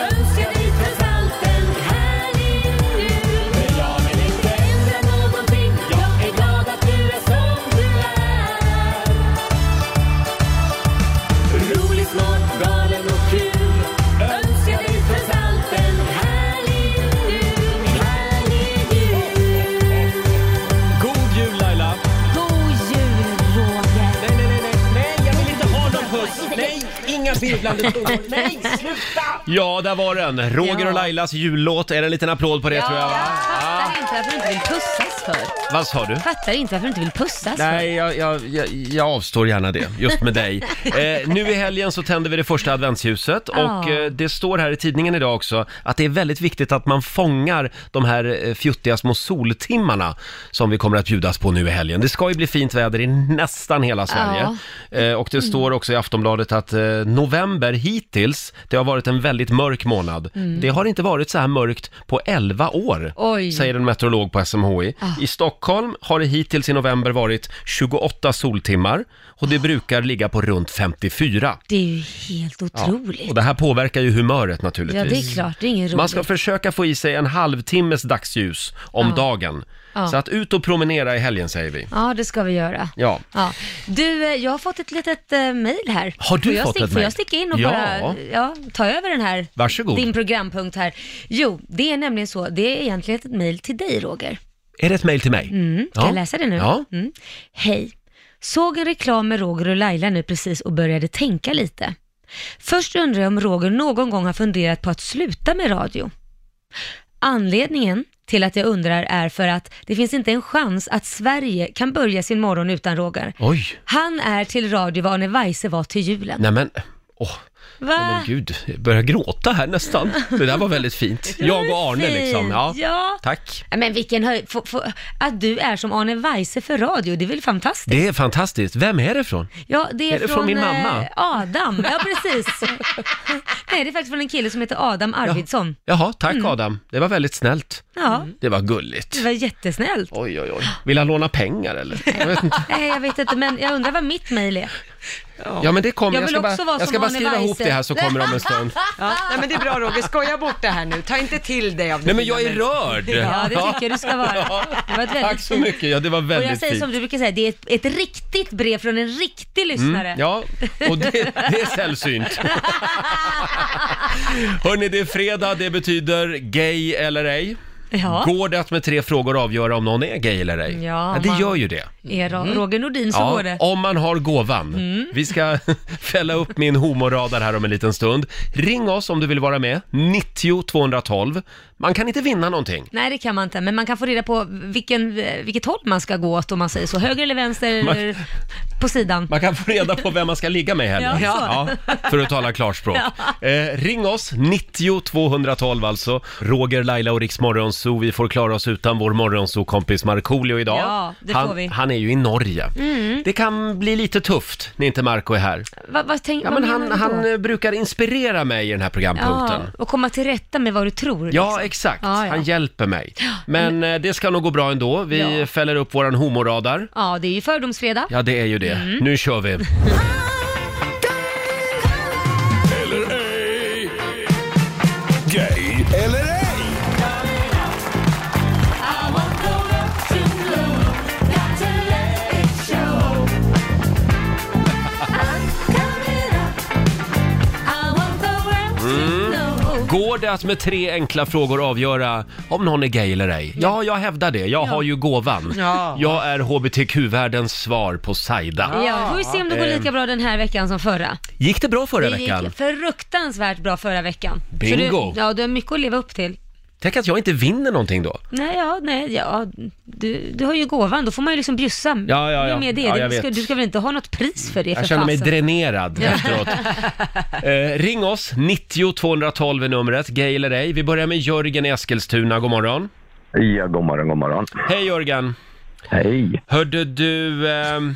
Speaker 13: Önskar dig trots allt en härlig jul. Men jag vill inte ändra någonting. Jag är glad att du är som du är. Rolig, smart, galen och kul. Önskar dig trots allt en härlig jul. Härlig jul.
Speaker 1: God jul Laila!
Speaker 13: God jul, Roger.
Speaker 1: Nej, nej, nej, nej, nej, jag vill inte ha någon puss! Nej, inga virvlande tungor! Nej, sluta! Ja, där var den! Roger och Lailas jullåt. Är det en liten applåd på det tror jag? va?
Speaker 2: Fattar inte varför du inte vill pussas för.
Speaker 1: Vad sa du?
Speaker 2: Fattar inte varför du inte vill pussas för.
Speaker 1: Nej, jag, jag, jag, jag avstår gärna det, just
Speaker 2: [LAUGHS]
Speaker 1: med dig. Eh, nu i helgen så tänder vi det första adventsljuset och
Speaker 2: Ja.
Speaker 1: eh, det står här i tidningen idag också att det är väldigt viktigt att man fångar de här eh, fjuttiga små soltimmarna som vi kommer att bjudas på nu i helgen. Det ska ju bli fint väder i nästan hela Sverige. Eh, och det
Speaker 2: Mm.
Speaker 1: står också i Aftonbladet att eh, november hittills, det har varit en väldigt mörk månad.
Speaker 2: Mm.
Speaker 1: Det har inte varit så här mörkt på 11 år,
Speaker 2: Oj.
Speaker 1: säger en meteorolog på SMHI.
Speaker 2: Ah.
Speaker 1: I Stockholm har det hittills i november varit 28 soltimmar och
Speaker 2: Ah.
Speaker 1: det brukar ligga på runt 54.
Speaker 2: Det är ju helt
Speaker 1: Ja,
Speaker 2: otroligt.
Speaker 1: Och det här påverkar ju humöret
Speaker 2: Ja,
Speaker 1: naturligtvis.
Speaker 2: det är klart. Det är ingen roligt. Ah.
Speaker 1: Man ska försöka få i sig en halvtimmes dagsljus om
Speaker 2: Ja.
Speaker 1: dagen.
Speaker 2: Ja.
Speaker 1: Så att ut och promenera i helgen säger vi.
Speaker 2: Ja, det ska vi göra.
Speaker 1: Ja.
Speaker 2: Ja. Du, eh, jag har fått ett litet eh, mejl här.
Speaker 1: Har du
Speaker 2: får jag
Speaker 1: fått
Speaker 2: stick,
Speaker 1: ett
Speaker 2: Får
Speaker 1: mejl?
Speaker 2: jag sticka in och
Speaker 1: Ja.
Speaker 2: bara ja, ta över den här,
Speaker 1: Varsågod.
Speaker 2: din programpunkt här? Jo, det är nämligen så, det är egentligen ett mejl till dig Roger.
Speaker 1: Är det ett mejl till mig?
Speaker 2: Mm, ska
Speaker 1: Ja.
Speaker 2: jag läsa det nu?
Speaker 1: Ja.
Speaker 2: Mm. Hej. Såg en reklam med Roger och Laila nu precis och började tänka lite. Först undrar jag om Roger någon gång har funderat på att sluta med radio. Anledningen till att jag undrar är för att det finns inte en chans att Sverige kan börja sin morgon utan Roger.
Speaker 1: Oj!
Speaker 2: Han är till radio vad Arne Weise var till julen.
Speaker 1: Nej men, åh.
Speaker 2: Va?
Speaker 1: Nej, men gud, jag börjar gråta här nästan. Det där var
Speaker 2: [LAUGHS]
Speaker 1: väldigt fint. Jag och Arne
Speaker 2: Fint,
Speaker 1: liksom. Ja.
Speaker 2: ja.
Speaker 1: Tack.
Speaker 2: Ja, Men vilken höj... få- få- Att du är som Arne Weise för radio, det är väl fantastiskt?
Speaker 1: Det är fantastiskt. Vem är det från?
Speaker 2: Ja, det är,
Speaker 1: Är det från min
Speaker 2: eh,
Speaker 1: mamma?
Speaker 2: Adam, ja precis. [LAUGHS] Nej, det är faktiskt från en kille som heter Adam Arvidsson.
Speaker 1: Jaha, tack Adam. Det var väldigt snällt.
Speaker 2: Ja,
Speaker 1: Det var gulligt.
Speaker 2: Mm. det var jättesnällt.
Speaker 1: Oj, oj, oj. Vill han låna
Speaker 2: [LAUGHS]
Speaker 1: pengar eller? Jag vet inte.
Speaker 2: Nej, jag vet inte, men jag undrar vad mitt mejl är.
Speaker 1: Ja, men det kommer.
Speaker 2: Jag
Speaker 1: Jag,
Speaker 2: vill
Speaker 1: ska
Speaker 2: också
Speaker 1: bara,
Speaker 2: vara
Speaker 1: jag ska
Speaker 2: som
Speaker 1: bara
Speaker 2: Arne
Speaker 1: skriva
Speaker 2: Weise.
Speaker 1: ihop det här så kommer det om
Speaker 2: [LAUGHS]
Speaker 1: en stund.
Speaker 3: Ja, nej, men det är bra Roger, skoja bort det här nu. Ta inte till dig av det
Speaker 1: Nej, men jag
Speaker 3: fina
Speaker 1: är
Speaker 3: med-
Speaker 1: rörd.
Speaker 2: Ja, det tycker jag du ska vara. Det var ett väldigt
Speaker 1: Tack så mycket. Ja, det var
Speaker 2: Och
Speaker 1: väldigt
Speaker 2: jag säger
Speaker 1: fint.
Speaker 2: som du brukar säga, det är ett, ett riktigt brev från en riktig lyssnare.
Speaker 1: Mm, ja, [LAUGHS] och det, det är sällsynt. Hörni, det är fredag, det betyder gay eller ej.
Speaker 2: [LAUGHS] Ja.
Speaker 1: Går det att med tre frågor avgöra om någon är gay eller ej?
Speaker 2: Ja,
Speaker 1: det
Speaker 2: man-
Speaker 1: gör ju det.
Speaker 2: Är Ro-
Speaker 1: Mm.
Speaker 2: Roger Nordin så går det. Mm.
Speaker 1: om man har gåvan. Vi ska [LAUGHS] fälla upp min homoradar här om en liten stund. Ring oss om du vill vara med, 90 212. Man kan inte vinna någonting.
Speaker 2: Nej, det kan man inte, men man kan få reda på vilken, vilket håll man ska gå åt om man säger så. Höger eller vänster,
Speaker 1: Man-
Speaker 2: eller på sidan.
Speaker 1: Man kan få reda på vem man ska ligga med i helgen.
Speaker 2: Ja,
Speaker 1: Ja,
Speaker 2: så.
Speaker 1: för att tala
Speaker 2: [LAUGHS]
Speaker 1: klarspråk. Eh, ring oss, 90 212 alltså. Roger, Laila och Riks Morgonzoo. Vi får klara oss utan vår Morgonzoo-kompis Markoolio idag.
Speaker 2: Ja, det får
Speaker 1: han,
Speaker 2: vi.
Speaker 1: han är ju i Norge.
Speaker 2: Mm.
Speaker 1: Det kan bli lite tufft när inte Marco är här.
Speaker 2: Va, vad tänk,
Speaker 1: Ja,
Speaker 2: vad
Speaker 1: men han,
Speaker 2: menar du då?
Speaker 1: han eh, brukar inspirera mig i den här programpunkten.
Speaker 2: Ja, och komma till rätta med vad du tror.
Speaker 1: Ja,
Speaker 2: liksom.
Speaker 1: exakt.
Speaker 2: Ja, ja.
Speaker 1: Han hjälper mig. Men eh, det ska nog gå bra ändå. Vi
Speaker 2: Ja.
Speaker 1: fäller upp våran homoradar.
Speaker 2: ja, det är ju fördomsfredag.
Speaker 1: Ja, det är ju det.
Speaker 2: Mm.
Speaker 1: Nu kör vi.
Speaker 12: Gay eller ej?
Speaker 1: Mm. Går det att med tre enkla frågor avgöra om någon är gay eller ej? Ja, jag hävdar det. Jag har ju gåvan.
Speaker 2: Ja.
Speaker 1: Jag är hbtq-världens svar på Saida. Ehm.
Speaker 2: Ja, vi får se om det går lika bra den här veckan som förra.
Speaker 1: Gick det bra eh. förra
Speaker 2: det
Speaker 1: veckan?
Speaker 2: gick fruktansvärt bra förra veckan. Så
Speaker 1: Bingo.
Speaker 2: du, ja, du har mycket att leva upp till.
Speaker 1: Tänk att jag inte vinner någonting då.
Speaker 2: Nej, ja, nej, ja, du, du har ju gåvan, då får man ju liksom bjussa.
Speaker 1: Ja, ja,
Speaker 2: Det är
Speaker 1: ja.
Speaker 2: Med det.
Speaker 1: Ja,
Speaker 2: Det-
Speaker 1: jag
Speaker 2: du, ska,
Speaker 1: vet.
Speaker 2: du ska väl inte ha något pris för det för
Speaker 1: Jag känner mig
Speaker 2: fasen.
Speaker 1: dränerad
Speaker 2: Ja.
Speaker 14: [LAUGHS]
Speaker 1: efteråt. Eh, ring oss, 90 212 är numret, gay eller ej. Vi börjar med Jörgen i Eskilstuna, god morgon.
Speaker 14: Ja, god morgon, god morgon.
Speaker 1: Hej Jörgen!
Speaker 14: Hej!
Speaker 1: Hörde du, ehm,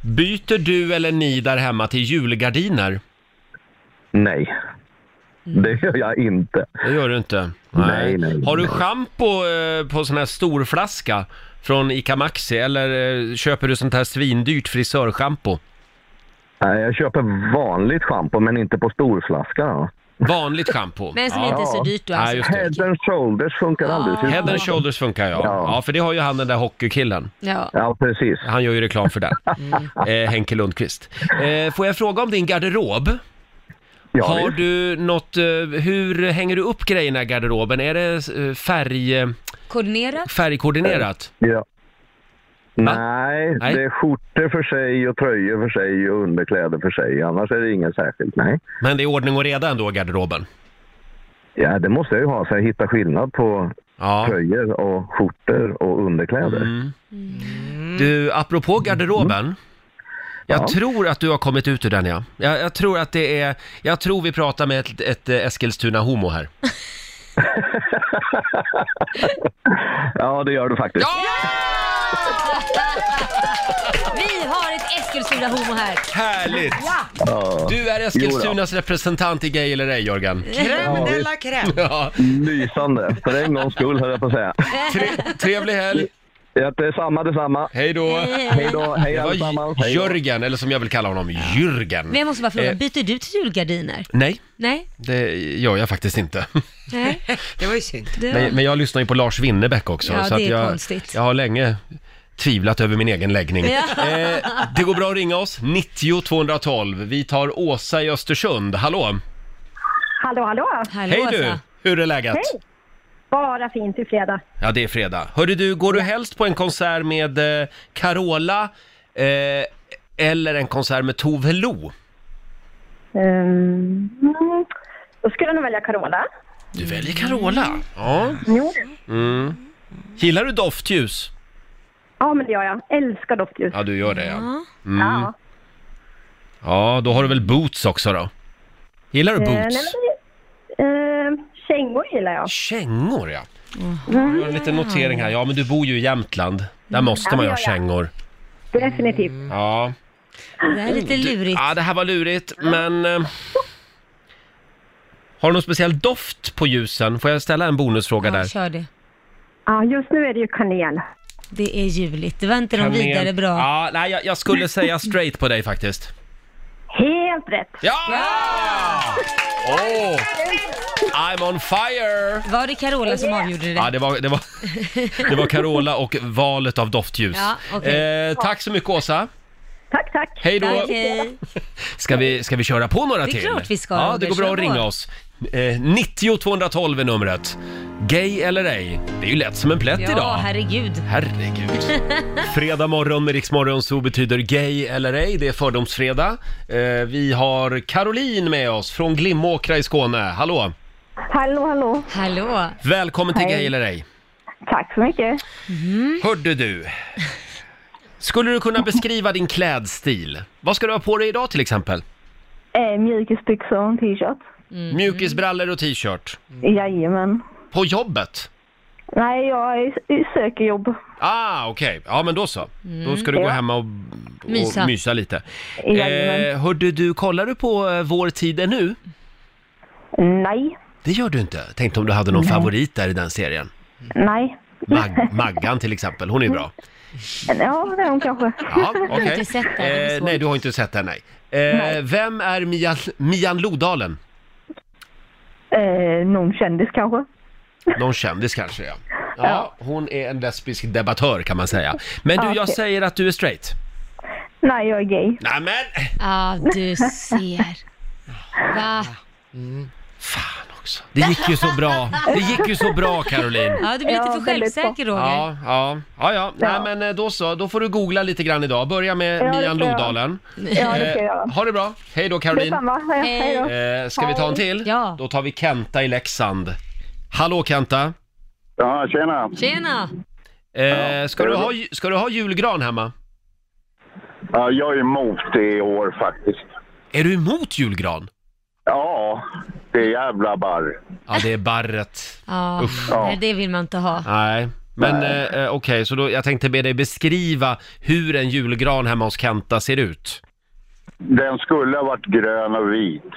Speaker 1: byter du eller ni där hemma till julgardiner?
Speaker 14: Nej. Det gör jag inte.
Speaker 1: Mm. Det gör du inte?
Speaker 14: Nej, nej.
Speaker 1: Har du
Speaker 14: nej.
Speaker 1: schampo eh, på sån här stor flaska från ICA Maxi eller eh, köper du sånt här svindyrt frisörschampo?
Speaker 14: Nej, jag köper vanligt schampo, men inte på storflaska. Då.
Speaker 1: Vanligt schampo.
Speaker 14: Men som inte är så dyrt då,
Speaker 1: Ja,
Speaker 14: alltså.
Speaker 1: just det. Ah.
Speaker 14: Head and shoulders funkar alldeles utmärkt.
Speaker 1: Head and shoulders funkar ja. ja.
Speaker 14: Ja.
Speaker 1: för det har ju han den där hockeykillen.
Speaker 2: Ja.
Speaker 14: precis. Mm.
Speaker 1: Han gör ju reklam
Speaker 14: [LAUGHS]
Speaker 1: för den. Eh, Henke Lundqvist. Eh, får jag fråga om din garderob?
Speaker 14: Ja,
Speaker 1: har
Speaker 14: visst.
Speaker 1: du något, eh, hur hänger du upp grejerna i garderoben? Är det eh, färg, eh,
Speaker 2: Koordinera.
Speaker 1: färgkoordinerat?
Speaker 14: Eh, Ja. Nej,
Speaker 1: Nej.
Speaker 14: det är skjortor för sig och tröjor för sig och underkläder för sig. Annars är det inget särskilt, nej.
Speaker 1: Men det är ordning och reda ändå i garderoben?
Speaker 14: Ja, det måste jag ju ha, så jag hittar skillnad på tröjor och skjortor och underkläder.
Speaker 1: Mm. Du, apropå garderoben. Jag
Speaker 14: Mm. Ja.
Speaker 1: tror att du har kommit ut ur den ja. Jag, jag tror att det är, jag tror vi pratar med ett, ett eh, Eskilstuna-homo här.
Speaker 14: Ja, det gör du faktiskt.
Speaker 2: Vi har ett Eskilstuna-homo här.
Speaker 1: Härligt!
Speaker 2: Ja.
Speaker 14: Ja.
Speaker 1: Du är Eskilstunas representant i Gay eller ej, Jörgen.
Speaker 3: Crème
Speaker 14: Ja,
Speaker 3: de
Speaker 14: visst.
Speaker 3: la crème.
Speaker 1: [LAUGHS] Ja.
Speaker 14: Lysande, för en gångs skull höll jag på att säga.
Speaker 1: trevlig helg!
Speaker 14: Ja, detsamma, detsamma.
Speaker 1: Hej då!
Speaker 14: Hej då, hej
Speaker 1: Det var
Speaker 14: allesammans. Hej då.
Speaker 1: Jörgen, eller som jag vill kalla honom, Jürgen.
Speaker 2: Men jag måste bara fråga,
Speaker 1: Eh,
Speaker 2: byter du till julgardiner?
Speaker 1: nej,
Speaker 2: Nej?
Speaker 1: det gör jag faktiskt inte.
Speaker 2: Nej.
Speaker 3: [LAUGHS] Det var ju synd.
Speaker 2: Det var-
Speaker 1: Men, men jag lyssnar ju på Lars Winnerbäck också.
Speaker 2: Ja,
Speaker 1: så
Speaker 2: det
Speaker 1: att
Speaker 2: är
Speaker 1: jag,
Speaker 2: konstigt.
Speaker 1: Jag har länge tvivlat över min egen läggning.
Speaker 2: Ja.
Speaker 1: Eh, det går bra att ringa oss, 90 212. Vi tar Åsa i Östersund. Hallå!
Speaker 15: Hallå, hallå!
Speaker 1: Hej du! Hur är läget?
Speaker 15: Hej! Bara fint i fredag.
Speaker 1: Ja, det är fredag. Hörru du, går du helst på en konsert med eh, Carola eh, eller en konsert med Tove Lo?
Speaker 11: Ehm, mm.
Speaker 15: Um, då skulle jag nog välja Carola.
Speaker 1: Du väljer Carola. Ja.
Speaker 15: Jo.
Speaker 1: Mm. Gillar du doftljus?
Speaker 15: Ja, men det gör jag. Älskar doftljus.
Speaker 1: Ja, du gör det ja. Mm.
Speaker 15: Ja.
Speaker 1: Ja, då har du väl boots också då? Gillar du
Speaker 15: Eh, nej,
Speaker 1: boots?
Speaker 15: men det- eh, kängor gillar jag.
Speaker 1: Kängor ja.
Speaker 15: Mm.
Speaker 1: Jag har en liten notering här. Ja, men du bor ju i Jämtland. Där måste
Speaker 15: Ja,
Speaker 1: man ju
Speaker 15: det
Speaker 1: ha
Speaker 15: gör jag.
Speaker 1: kängor.
Speaker 15: Definitivt.
Speaker 1: Ja.
Speaker 2: Det här är lite lurigt.
Speaker 1: Ja, det här var lurigt, men... Eh, har du någon speciell doft på ljusen? Får jag ställa en bonusfråga där?
Speaker 2: Kör det.
Speaker 15: Ja, just nu är det ju kanel.
Speaker 2: Det är ljuvligt. Det var inte någon
Speaker 1: Kanel.
Speaker 2: vidare bra.
Speaker 1: Ja, nej, jag, jag
Speaker 2: [LAUGHS]
Speaker 1: skulle säga straight på dig faktiskt.
Speaker 15: Helt rätt.
Speaker 1: Ja! Åh! I'm on fire!
Speaker 2: Var det Carola som avgjorde det?
Speaker 1: Ja, det var, det, var, det var Carola och valet av
Speaker 2: [LAUGHS]
Speaker 1: doftljus.
Speaker 2: Ja, okej.
Speaker 1: eh, tack så mycket Åsa!
Speaker 15: Tack, tack!
Speaker 1: Hej då!
Speaker 2: Tack, hej.
Speaker 1: [LAUGHS] Ska vi, ska vi köra på några
Speaker 2: Det är
Speaker 1: till?
Speaker 2: klart vi ska,
Speaker 1: Ja, det
Speaker 2: Roger.
Speaker 1: går bra att
Speaker 2: Kör
Speaker 1: ringa
Speaker 2: på.
Speaker 1: oss. Eh, 90 212 är numret. Gay eller ej? Det är ju lätt som en plätt
Speaker 2: Ja,
Speaker 1: idag.
Speaker 2: herregud. [LAUGHS]
Speaker 1: Herregud. Fredag morgon med Riksmorgon så betyder gay eller ej. Det är fördomsfredag. Eh, vi har Caroline med oss från Glimåkra i Skåne. Hallå!
Speaker 15: Hallå, hallå.
Speaker 2: Hallå.
Speaker 1: Välkommen till
Speaker 15: Hej.
Speaker 1: gay eller ej.
Speaker 15: Tack så mycket.
Speaker 2: Mhm. [LAUGHS]
Speaker 1: Hörde du? Skulle du kunna beskriva din klädstil? Vad ska du ha på dig idag till exempel?
Speaker 16: Eh, mjukisbyxor och en t-shirt.
Speaker 1: Mm. Mjukisbrallor och t-shirt.
Speaker 16: Jajamän.
Speaker 1: På jobbet?
Speaker 16: Nej, jag är, jag söker jobb.
Speaker 1: Ah, okej. Ja, men då så. Då ska du gå
Speaker 16: Mm. Ja.
Speaker 1: hemma och, och mysa.
Speaker 16: Mysa.
Speaker 1: lite.
Speaker 16: Jajamän.
Speaker 1: Eh, hörde du, kollar du på eh, Vår tid är nu?
Speaker 16: Nej,
Speaker 1: Det gör du inte. Tänkte om du hade någon
Speaker 16: Nej.
Speaker 1: favorit där i den serien.
Speaker 16: nej.
Speaker 1: Mag- Maggan till exempel, hon är
Speaker 16: [LAUGHS]
Speaker 1: ju bra.
Speaker 16: Ja, det är hon kanske.
Speaker 1: [LAUGHS] Ja, okej. Eh, nej, du har inte sett den, nej. Eh, Vem är Mian, Mian Lodalen?
Speaker 16: Eh, någon kändis kanske.
Speaker 1: Någon kändis kanske, ja. Ja, hon är en lesbisk debattör kan man säga. Men du,
Speaker 16: Ja,
Speaker 1: jag
Speaker 16: okej.
Speaker 1: säger att du är straight.
Speaker 16: Nej, jag är gay.
Speaker 1: Nej, men
Speaker 2: Ja, du ser. Va?
Speaker 1: Det gick ju så bra. Det gick ju så bra, Caroline.
Speaker 2: Ja, du blir lite
Speaker 16: Ja,
Speaker 2: för
Speaker 16: väldigt bra.
Speaker 2: självsäker Roger.
Speaker 1: Ja, ja, ja, ja. Nej, men eh, då så. Då får du googla lite grann idag. Börja med
Speaker 16: Ja, det
Speaker 1: Mian
Speaker 16: ska jag.
Speaker 1: Lodalen.
Speaker 16: Ja, det ska jag
Speaker 1: Eh,
Speaker 16: göra.
Speaker 1: Ha det bra. Hej då, Caroline.
Speaker 16: Detsamma. Hej. Hej då.
Speaker 1: Eh, ska vi ta en till? Ja. Då tar vi Kenta i Leksand. Hallå Kenta!
Speaker 17: Ja, tjena.
Speaker 2: Tjena!
Speaker 1: Eh, ska, du ha, ju- ska du ha julgran hemma?
Speaker 17: Ja, jag är emot det i år faktiskt.
Speaker 1: Är du emot julgran?
Speaker 17: Ja, det är jävla barr.
Speaker 1: Ja, det är barret.
Speaker 2: Ja,
Speaker 1: Usch.
Speaker 2: nej, det vill man inte ha.
Speaker 1: Nej, men eh, eh, okej, så då, jag tänkte be dig beskriva hur en julgran hemma hos Kenta ser ut.
Speaker 17: Den skulle ha varit grön och vit.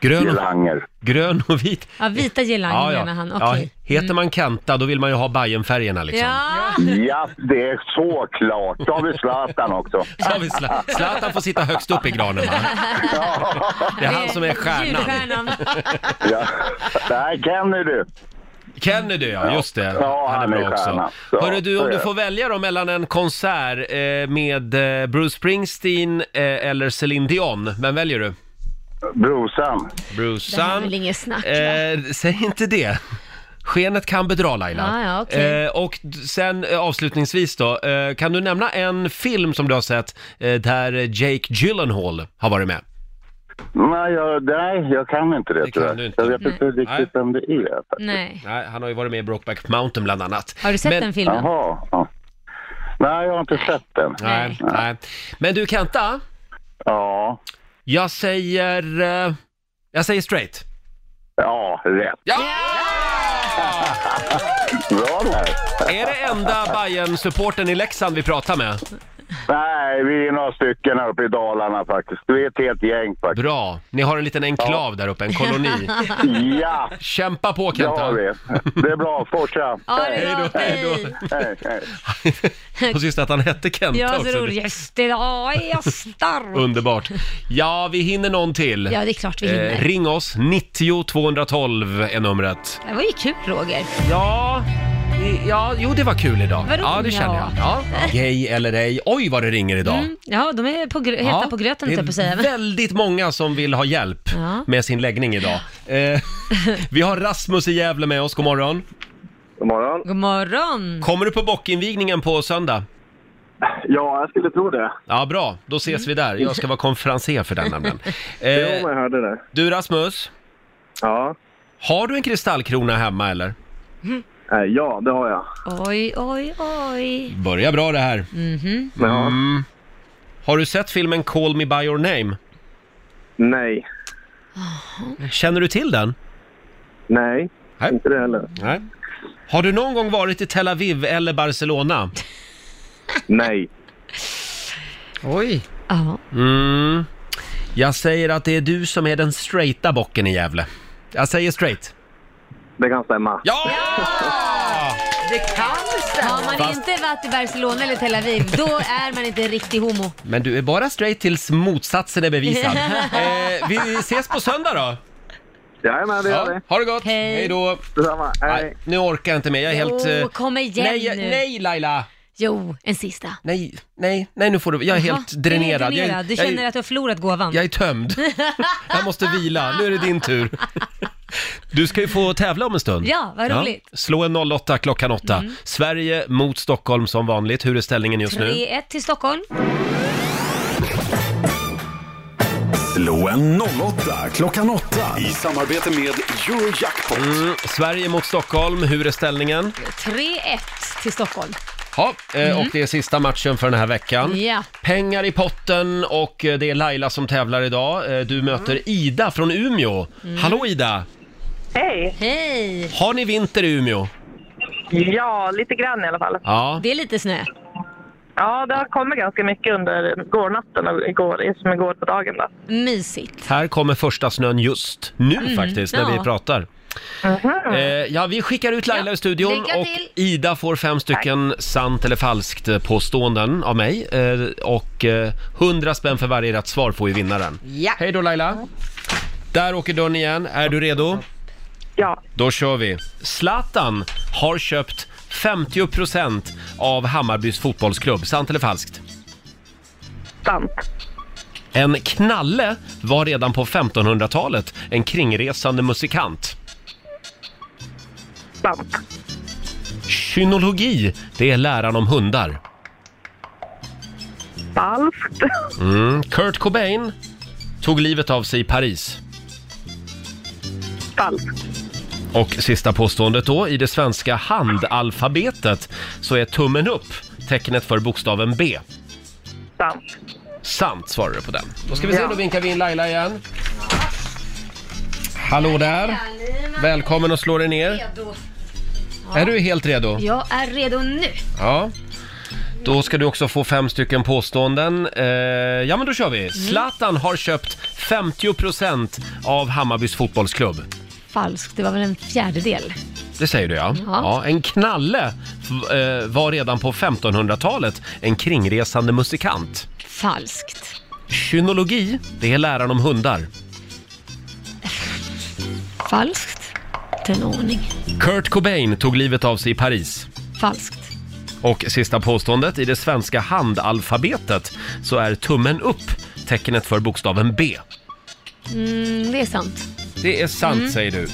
Speaker 1: Grön och,
Speaker 17: Girlanger.
Speaker 1: grön och vit.
Speaker 2: Ja, vita girlanger menar han. Okej. Mm.
Speaker 1: Heter man Kenta, då vill man ju ha Bajenfärgerna liksom.
Speaker 2: Ja.
Speaker 17: Ja, det är såklart. Då har vi Zlatan också.
Speaker 1: Så har vi Zla- Zlatan får sitta högst upp i granen va? Det är han som är stjärnan.
Speaker 2: Julstjärnan.
Speaker 17: Ja. Nej, Kenny du.
Speaker 1: Kennedy ja, just det.
Speaker 17: Ja,
Speaker 1: Han är bra
Speaker 17: stjärna.
Speaker 1: också.
Speaker 17: Ja,
Speaker 1: Hörru du,
Speaker 17: så
Speaker 1: om
Speaker 17: är
Speaker 1: du
Speaker 17: det.
Speaker 1: får välja då mellan en konsert eh, med eh, Bruce Springsteen eh, eller Celine Dion, vem väljer du?
Speaker 17: Brusan.
Speaker 2: Det här är väl
Speaker 1: Brusan.
Speaker 2: inget snack.
Speaker 1: Eh, säg inte det. Skenet kan bedra Laila.
Speaker 2: Ja, ja, Ah, okej.
Speaker 1: eh, och d- sen eh, avslutningsvis då, eh, kan du nämna en film som du har sett eh, där Jake Gyllenhaal har varit med?
Speaker 17: Nej, jag, nej, jag kan inte det,
Speaker 1: kan
Speaker 17: tyvärr.
Speaker 1: du inte.
Speaker 17: Jag vet inte riktigt
Speaker 1: Nej.
Speaker 17: vem det är.
Speaker 2: Nej.
Speaker 1: Nej, han har ju varit med i Brokeback Mountain bland annat.
Speaker 2: Har du sett den filmen?
Speaker 17: Jaha. ja. Nej, jag har inte sett den.
Speaker 1: Nej, nej. Men du Kenta,
Speaker 17: Ja.
Speaker 1: jag säger... eh, Jag säger straight.
Speaker 17: Ja, rätt.
Speaker 1: Ja!
Speaker 17: [LAUGHS] Bra där.
Speaker 1: Är det enda bayern supporten i Leksand vi pratar med?
Speaker 17: Nej, vi är några stycken här uppe i Dalarna faktiskt. Vi är ett helt gäng faktiskt.
Speaker 1: Bra. Ni har en liten enklav där uppe, en koloni.
Speaker 17: [LAUGHS] Ja!
Speaker 1: Kämpa på
Speaker 17: Det har
Speaker 1: Kenta!
Speaker 17: vi. Det är bra. Fortsätt.
Speaker 2: Ja, det är bra.
Speaker 17: Hej, hej.
Speaker 1: Och just att han hette Kenta
Speaker 2: Jag
Speaker 1: också.
Speaker 2: så rolig. Just idag är jag stark.
Speaker 1: Underbart. Ja, vi hinner någon till.
Speaker 2: Ja, det är klart vi hinner.
Speaker 1: Eh, ring oss, 90 212 är numret.
Speaker 2: Det var ju kul Roger.
Speaker 1: Ja, ja, jo det var kul idag.
Speaker 2: Vad roligt.
Speaker 1: ja, det känner jag. Ja. Gay eller ej. Oj, vad det ringer idag.
Speaker 2: Mm, ja, de är på gr- heta
Speaker 1: Ja,
Speaker 2: på gröten höll
Speaker 1: det är
Speaker 2: jag på att säga.
Speaker 1: väldigt många som vill ha hjälp
Speaker 2: Ja.
Speaker 1: med sin läggning idag. Eh, [LAUGHS] vi har Rasmus i Gävle med oss, god morgon.
Speaker 18: God morgon.
Speaker 2: God morgon.
Speaker 1: Kommer du på bockinvigningen på söndag?
Speaker 18: Ja, jag skulle tro det.
Speaker 1: Ja, bra. Då ses vi där. Jag ska vara konferencier för den nämligen. Eh,
Speaker 18: Jo, men jag hörde det.
Speaker 1: du Rasmus?
Speaker 18: Ja?
Speaker 1: Har du en kristallkrona hemma eller?
Speaker 9: ja, det har jag.
Speaker 2: Oj, oj, oj.
Speaker 1: Börjar bra det här.
Speaker 2: Mhm.
Speaker 1: Mm. Har du sett filmen Call Me By Your Name?
Speaker 9: Nej.
Speaker 1: Känner du till den?
Speaker 9: Nej,
Speaker 1: inte
Speaker 9: det heller.
Speaker 1: Nej. Har du någon gång varit i Tel Aviv eller Barcelona?
Speaker 9: [LAUGHS] Nej.
Speaker 3: Oj.
Speaker 2: Ja.
Speaker 1: Mm. Jag säger att det är du som är den straighta bocken i Gävle. Jag säger straight.
Speaker 9: Det kan stämma.
Speaker 1: Ja!
Speaker 2: Det kan stämma. Har man
Speaker 1: Fast-
Speaker 2: inte varit i Barcelona eller Tel Aviv,
Speaker 1: [LAUGHS]
Speaker 2: då är man inte en riktig homo.
Speaker 1: Men du är bara straight tills motsatsen
Speaker 2: [LAUGHS]
Speaker 1: är bevisad. eh, vi ses på söndag då!
Speaker 9: Jajamän, det gör vi.
Speaker 1: Ha det gott!
Speaker 2: Hej.
Speaker 1: Hej då!
Speaker 9: Detsamma.
Speaker 1: Nej, nu orkar jag inte mer, jag är helt... eh,
Speaker 2: Jo, kom igen
Speaker 1: nej, jag-
Speaker 2: nu.
Speaker 1: Nej, Laila!
Speaker 2: Jo, en sista.
Speaker 1: Nej,
Speaker 2: [LAUGHS]
Speaker 1: nej, nej nu får du... Jag är
Speaker 2: Jaha,
Speaker 1: helt
Speaker 2: du är
Speaker 1: dränerad. Jag är-
Speaker 2: dränerad. Du
Speaker 1: jag är-
Speaker 2: känner att du har förlorat gåvan.
Speaker 1: Jag är tömd. Jag måste vila. Nu är det
Speaker 2: [LAUGHS]
Speaker 1: din tur. Du ska ju få tävla om en stund.
Speaker 2: Ja, vad roligt. Mm.
Speaker 1: Slå en 08 klockan 8. Sverige mot Stockholm som vanligt. Hur är ställningen just nu?
Speaker 2: 3-1 till Stockholm.
Speaker 19: Slå en 08 klockan 8 i samarbete med Eurojackpot.
Speaker 1: Mm, Sverige mot Stockholm. Hur är ställningen?
Speaker 2: 3-1 till Stockholm.
Speaker 1: Ja, eh,
Speaker 2: Mm.
Speaker 1: och det är sista matchen för den här veckan.
Speaker 2: Ja.
Speaker 1: Pengar i potten och eh, det är Laila som tävlar idag. Eh, Du möter Ida från Umeå.
Speaker 2: Mm.
Speaker 1: Hallå Ida!
Speaker 2: Hej! Hej!
Speaker 1: Har ni vinter i Umeå?
Speaker 11: Ja, lite grann i alla fall.
Speaker 1: Ja.
Speaker 2: Det är lite snö.
Speaker 11: Ja, det har kommit ganska mycket under gårnatten och igår, som igår på dagen. Då.
Speaker 2: Mysigt.
Speaker 1: Här kommer första snön just nu
Speaker 2: Mm.
Speaker 1: faktiskt, när vi
Speaker 2: Ja.
Speaker 1: pratar. Eh, ja, vi skickar ut Laila i studion
Speaker 2: lycka
Speaker 1: och
Speaker 2: till.
Speaker 1: Ida får fem stycken sant eller falskt eh, påståenden av mig. Eh, och eh, 100 spänn för varje rätt svar får ju vinnaren.
Speaker 3: Ja.
Speaker 1: Hej då Laila. Där åker dörren igen. Är du redo?
Speaker 11: Ja.
Speaker 1: Då kör vi. Zlatan har köpt 50% av Hammarbys fotbollsklubb. Sant eller falskt?
Speaker 11: Sant.
Speaker 1: En knalle var redan på 1500-talet en kringresande musikant.
Speaker 11: Sant.
Speaker 1: Kynologi, det är läran om hundar.
Speaker 11: Falskt.
Speaker 1: Mm. Kurt Cobain tog livet av sig i Paris.
Speaker 11: Falskt.
Speaker 1: Och sista påståendet då, i det svenska handalfabetet så är tummen upp tecknet för bokstaven B.
Speaker 11: Sant.
Speaker 1: Sant svarar du på den. Då ska vi se,
Speaker 11: Ja.
Speaker 1: då vinkar vi in Laila igen. Hallå där! Välkommen och slå dig ner.
Speaker 2: Redo.
Speaker 1: Är du helt redo?
Speaker 2: Jag är redo nu.
Speaker 1: Ja. Då ska du också få fem stycken påståenden. Eh, ja, men då kör
Speaker 11: Mm.
Speaker 1: vi. Zlatan har köpt 50% av Hammarbys fotbollsklubb.
Speaker 2: Falskt, det var väl en fjärdedel.
Speaker 1: Det säger du ja.
Speaker 2: Ja.
Speaker 1: ja en knalle v- eh, var redan på 1500-talet en kringresande musikant.
Speaker 2: Falskt.
Speaker 1: Kynologi, det är läran om hundar.
Speaker 2: Falskt. Den ordning.
Speaker 1: Kurt Cobain tog livet av sig i Paris.
Speaker 2: Falskt.
Speaker 1: Och sista påståendet, i det svenska handalfabetet så är tummen upp tecknet för bokstaven B.
Speaker 2: Mm, det är sant.
Speaker 1: Det är sant
Speaker 3: Mm.
Speaker 1: säger du.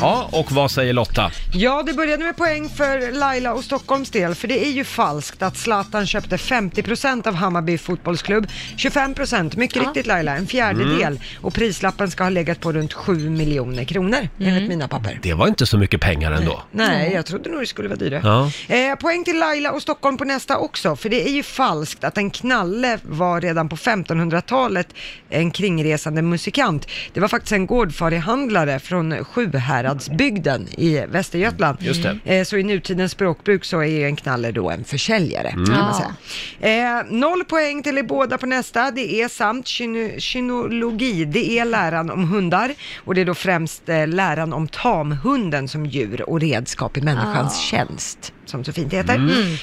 Speaker 1: Ja, och vad säger Lotta?
Speaker 3: Ja, det började med poäng för Laila och Stockholms del, för det är ju falskt att Zlatan köpte 50% av Hammarby fotbollsklubb, 25%, mycket
Speaker 2: Ja.
Speaker 3: riktigt Laila, en fjärdedel,
Speaker 1: Mm.
Speaker 3: och prislappen ska ha legat på runt 7 miljoner kronor, enligt mina papper.
Speaker 1: Det var inte så mycket pengar ändå.
Speaker 3: Nej, jag trodde nog det skulle vara dyrare.
Speaker 1: Ja.
Speaker 3: Eh, poäng till Laila och Stockholm på nästa också, för det är ju falskt att en knalle var redan på 1500-talet en kringresande musikant. Det var faktiskt en gårdfarihandlare från Sjuhäradsbygden i Västergötland.
Speaker 1: Just det.
Speaker 3: Eh, så i nutidens språkbruk så är ju en knalle då en försäljare,
Speaker 1: Mm.
Speaker 3: kan man
Speaker 1: Ja.
Speaker 3: säga. Eh, noll poäng till er båda på nästa. Det är samt kyno- kynologi. Det är läran om hundar och det är då främst eh, läran om tamhunden som djur och redskap i människans
Speaker 2: Ah.
Speaker 3: tjänst. Som så fint heter.
Speaker 2: Mm.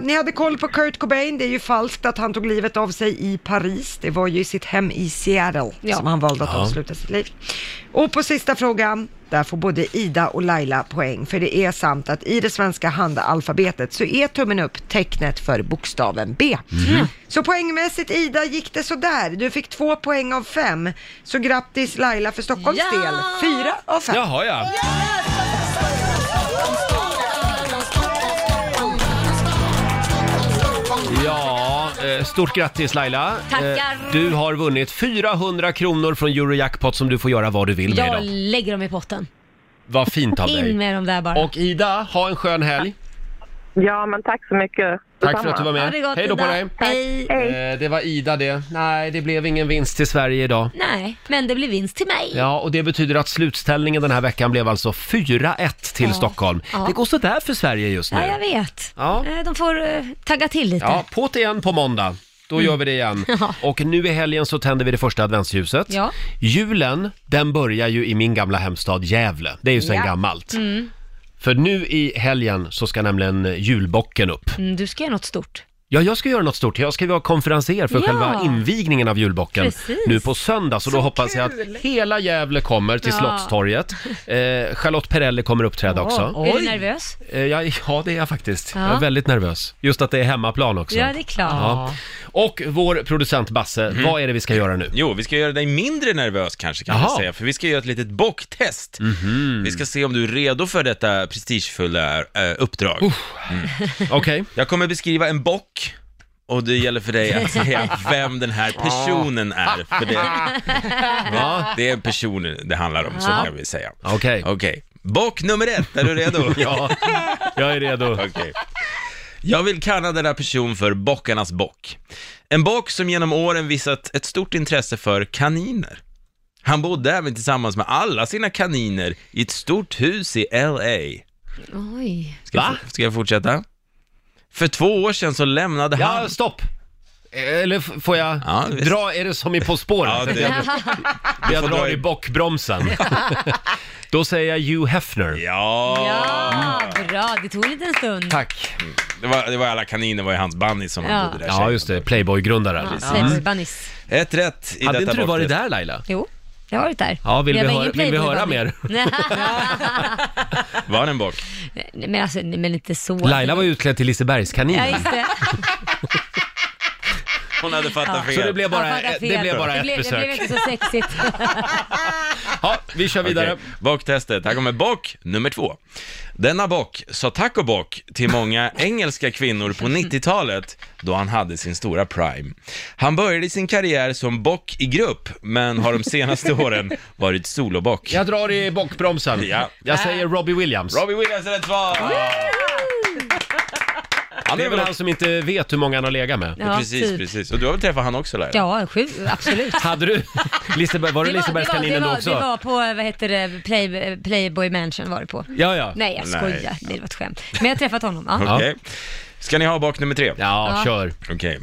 Speaker 3: Eh, ni hade koll på Kurt Cobain. Det är ju falskt att han tog livet av sig i Paris. Det var ju i sitt hem i Seattle
Speaker 2: Ja.
Speaker 3: som han valde att
Speaker 2: Ja.
Speaker 3: avsluta sitt liv. Och på sista frågan, där får både Ida och Laila poäng. För det är sant att i det svenska handalfabetet så är tummen upp tecknet för bokstaven B.
Speaker 2: Mhm.
Speaker 3: Så poängmässigt Ida gick det sådär. Du fick två poäng av fem. Så grattis Laila för Stockholms del. Fyra av fem.
Speaker 1: Jaha ja. Ja, eh, stort grattis Laila.
Speaker 2: Tackar.
Speaker 1: Eh, Du har vunnit 400 kronor från Eurojackpot som du får göra vad du vill med
Speaker 2: Jag
Speaker 1: idag.
Speaker 2: lägger dem i potten.
Speaker 1: Vad fint av
Speaker 2: In
Speaker 1: dig.
Speaker 2: med dem där bara.
Speaker 1: Och Ida, ha en skön helg.
Speaker 20: Ja, men tack så mycket.
Speaker 1: Tack för att du var
Speaker 2: Ha det
Speaker 1: med.
Speaker 2: gott,
Speaker 1: Hej då på
Speaker 2: Ida.
Speaker 1: dig.
Speaker 2: Hej.
Speaker 1: Eh, Det var Ida det. Nej, det blev ingen vinst till Sverige idag.
Speaker 2: Nej, men det blir vinst till mig.
Speaker 1: Ja, och det betyder att slutställningen den här veckan blev alltså 4-1 till
Speaker 2: Ja.
Speaker 1: Stockholm.
Speaker 2: Ja.
Speaker 1: Det går sådär för Sverige just nu.
Speaker 2: Ja, jag vet.
Speaker 1: Ja.
Speaker 2: Eh, De får eh, tagga till lite.
Speaker 1: Ja, på't igen på måndag. Då gör vi det igen.
Speaker 2: Mm. [LAUGHS] Ja.
Speaker 1: Och nu i helgen så tänder vi det första adventsljuset.
Speaker 2: Ja.
Speaker 1: Julen, den börjar ju i min gamla hemstad Gävle. Det är ju sen
Speaker 2: Ja.
Speaker 1: gammalt.
Speaker 2: Mm.
Speaker 1: För nu i helgen så ska nämligen julbocken upp.
Speaker 2: Mm, du ska göra något stort.
Speaker 1: Ja, jag ska göra något stort. Jag ska vara konferenser för
Speaker 2: Ja.
Speaker 1: själva invigningen av julbocken
Speaker 2: Precis.
Speaker 1: nu på söndag. Så, då hoppas jag att hela Gävle kommer till
Speaker 2: Ja. [LAUGHS]
Speaker 1: Slottstorget. Eh, Charlotte Perrelli kommer uppträda också.
Speaker 2: Är du nervös?
Speaker 1: Eh, Ja, ja, det är jag faktiskt.
Speaker 2: Ja.
Speaker 1: Jag är väldigt nervös. Just att det är hemmaplan också.
Speaker 2: Ja, det är klart.
Speaker 1: Ja. Och vår producent Basse,
Speaker 4: Mhm.
Speaker 1: vad är det vi ska göra nu?
Speaker 4: Jo, vi ska göra dig mindre nervös kanske kan
Speaker 1: Jaha. Mhm.
Speaker 4: man säga, för vi ska göra ett litet bocktest. Vi ska se om du är redo för detta prestigefulla eh, uppdrag. Mm.
Speaker 1: [LAUGHS] Okej.
Speaker 4: Jag kommer beskriva en bock och det gäller för dig
Speaker 1: [LAUGHS]
Speaker 4: att säga vem den här personen
Speaker 2: [LAUGHS]
Speaker 4: är. För det, ja, det är personen det handlar om, så
Speaker 1: Ja.
Speaker 4: kan vi säga.
Speaker 1: Okej.
Speaker 4: Okej. Bock nummer ett, är du redo?
Speaker 1: [LAUGHS] ja, jag är redo.
Speaker 4: Okej. Jag vill kalla denna person för bockarnas bock. En bock som genom åren visat ett stort intresse för kaniner. Han bodde även tillsammans med alla sina kaniner i ett stort hus i LA.
Speaker 2: Oj.
Speaker 4: Ska, jag, f- ska jag fortsätta? För två år sedan så lämnade
Speaker 1: Ja,
Speaker 4: han...
Speaker 1: stopp! Eh, Eller f- får jag dra, är det som i På spåret?
Speaker 2: [LAUGHS]
Speaker 4: Ja, det-
Speaker 1: jag
Speaker 4: får
Speaker 1: drar
Speaker 4: dra
Speaker 1: i
Speaker 4: i-
Speaker 1: bockbromsen.
Speaker 4: [LAUGHS]
Speaker 1: Då säger jag Hugh Hefner.
Speaker 2: Ja, bra. Det tog en liten stund.
Speaker 1: Tack.
Speaker 4: Det var, det var alla kaniner, var ju hans bunny som
Speaker 2: Ja.
Speaker 4: han bodde där.
Speaker 1: Ja, just det. Playboy-grundaren.
Speaker 2: Ja,
Speaker 1: Precis.
Speaker 2: Playboy Bunnies.
Speaker 4: Ett rätt i
Speaker 1: Hade
Speaker 4: detta
Speaker 1: inte du varit
Speaker 4: bocktest.
Speaker 1: där Laila?
Speaker 2: Jo, jag har varit där.
Speaker 1: Ja, vill
Speaker 2: Men jag
Speaker 1: vi
Speaker 2: var
Speaker 1: höra-
Speaker 2: ingen
Speaker 1: vill vi
Speaker 2: Playboy
Speaker 1: höra
Speaker 2: Bunny.
Speaker 1: mer?
Speaker 4: Var det en bock?
Speaker 2: Nej, men alltså, nej, men inte så.
Speaker 1: Laila var ju utklädd till
Speaker 2: Ja,
Speaker 1: Lisebergskaninen.
Speaker 2: just
Speaker 1: [LAUGHS]
Speaker 2: det.
Speaker 4: Hon hade fattat
Speaker 2: Ja.
Speaker 4: fel.
Speaker 1: Så det blev bara,
Speaker 2: Jag fattar
Speaker 1: det
Speaker 2: fel.
Speaker 1: blev bara
Speaker 2: Det
Speaker 1: ett
Speaker 2: blev
Speaker 1: besök.
Speaker 2: inte så sexigt.
Speaker 1: [LAUGHS] Ja, vi kör vidare.
Speaker 4: Okej, Bocktestet, här kommer bock nummer två. Denna bock sa tack och bock till många engelska kvinnor på 90-talet då han hade sin stora prime. Han började sin karriär som bock i grupp, men har de
Speaker 1: [LAUGHS]
Speaker 4: senaste åren varit solobock.
Speaker 1: Jag drar i bockbromsen.
Speaker 4: Ja.
Speaker 1: Jag säger Robbie Williams.
Speaker 4: Robbie Williams är rätt svar!
Speaker 1: Det är väl han som inte vet hur många han har legat med.
Speaker 2: Ja,
Speaker 4: precis,
Speaker 2: typ.
Speaker 4: precis. Och du har väl träffat han också Laila?
Speaker 2: Ja, sju, absolut.
Speaker 1: Hade du? [LAUGHS] Liseberg, var det, Lisebergskaninen
Speaker 2: det,
Speaker 1: då
Speaker 2: var,
Speaker 1: också?
Speaker 2: det var på, vad heter det, Play, Playboy Mansion var det på.
Speaker 1: Ja, ja.
Speaker 2: Nej, jag
Speaker 4: Nej.
Speaker 2: skojar. Det var ett skämt. Men jag har träffat honom. Ja.
Speaker 4: Okej. Ska ni ha bak nummer tre?
Speaker 2: Ja. kör.
Speaker 4: Okej.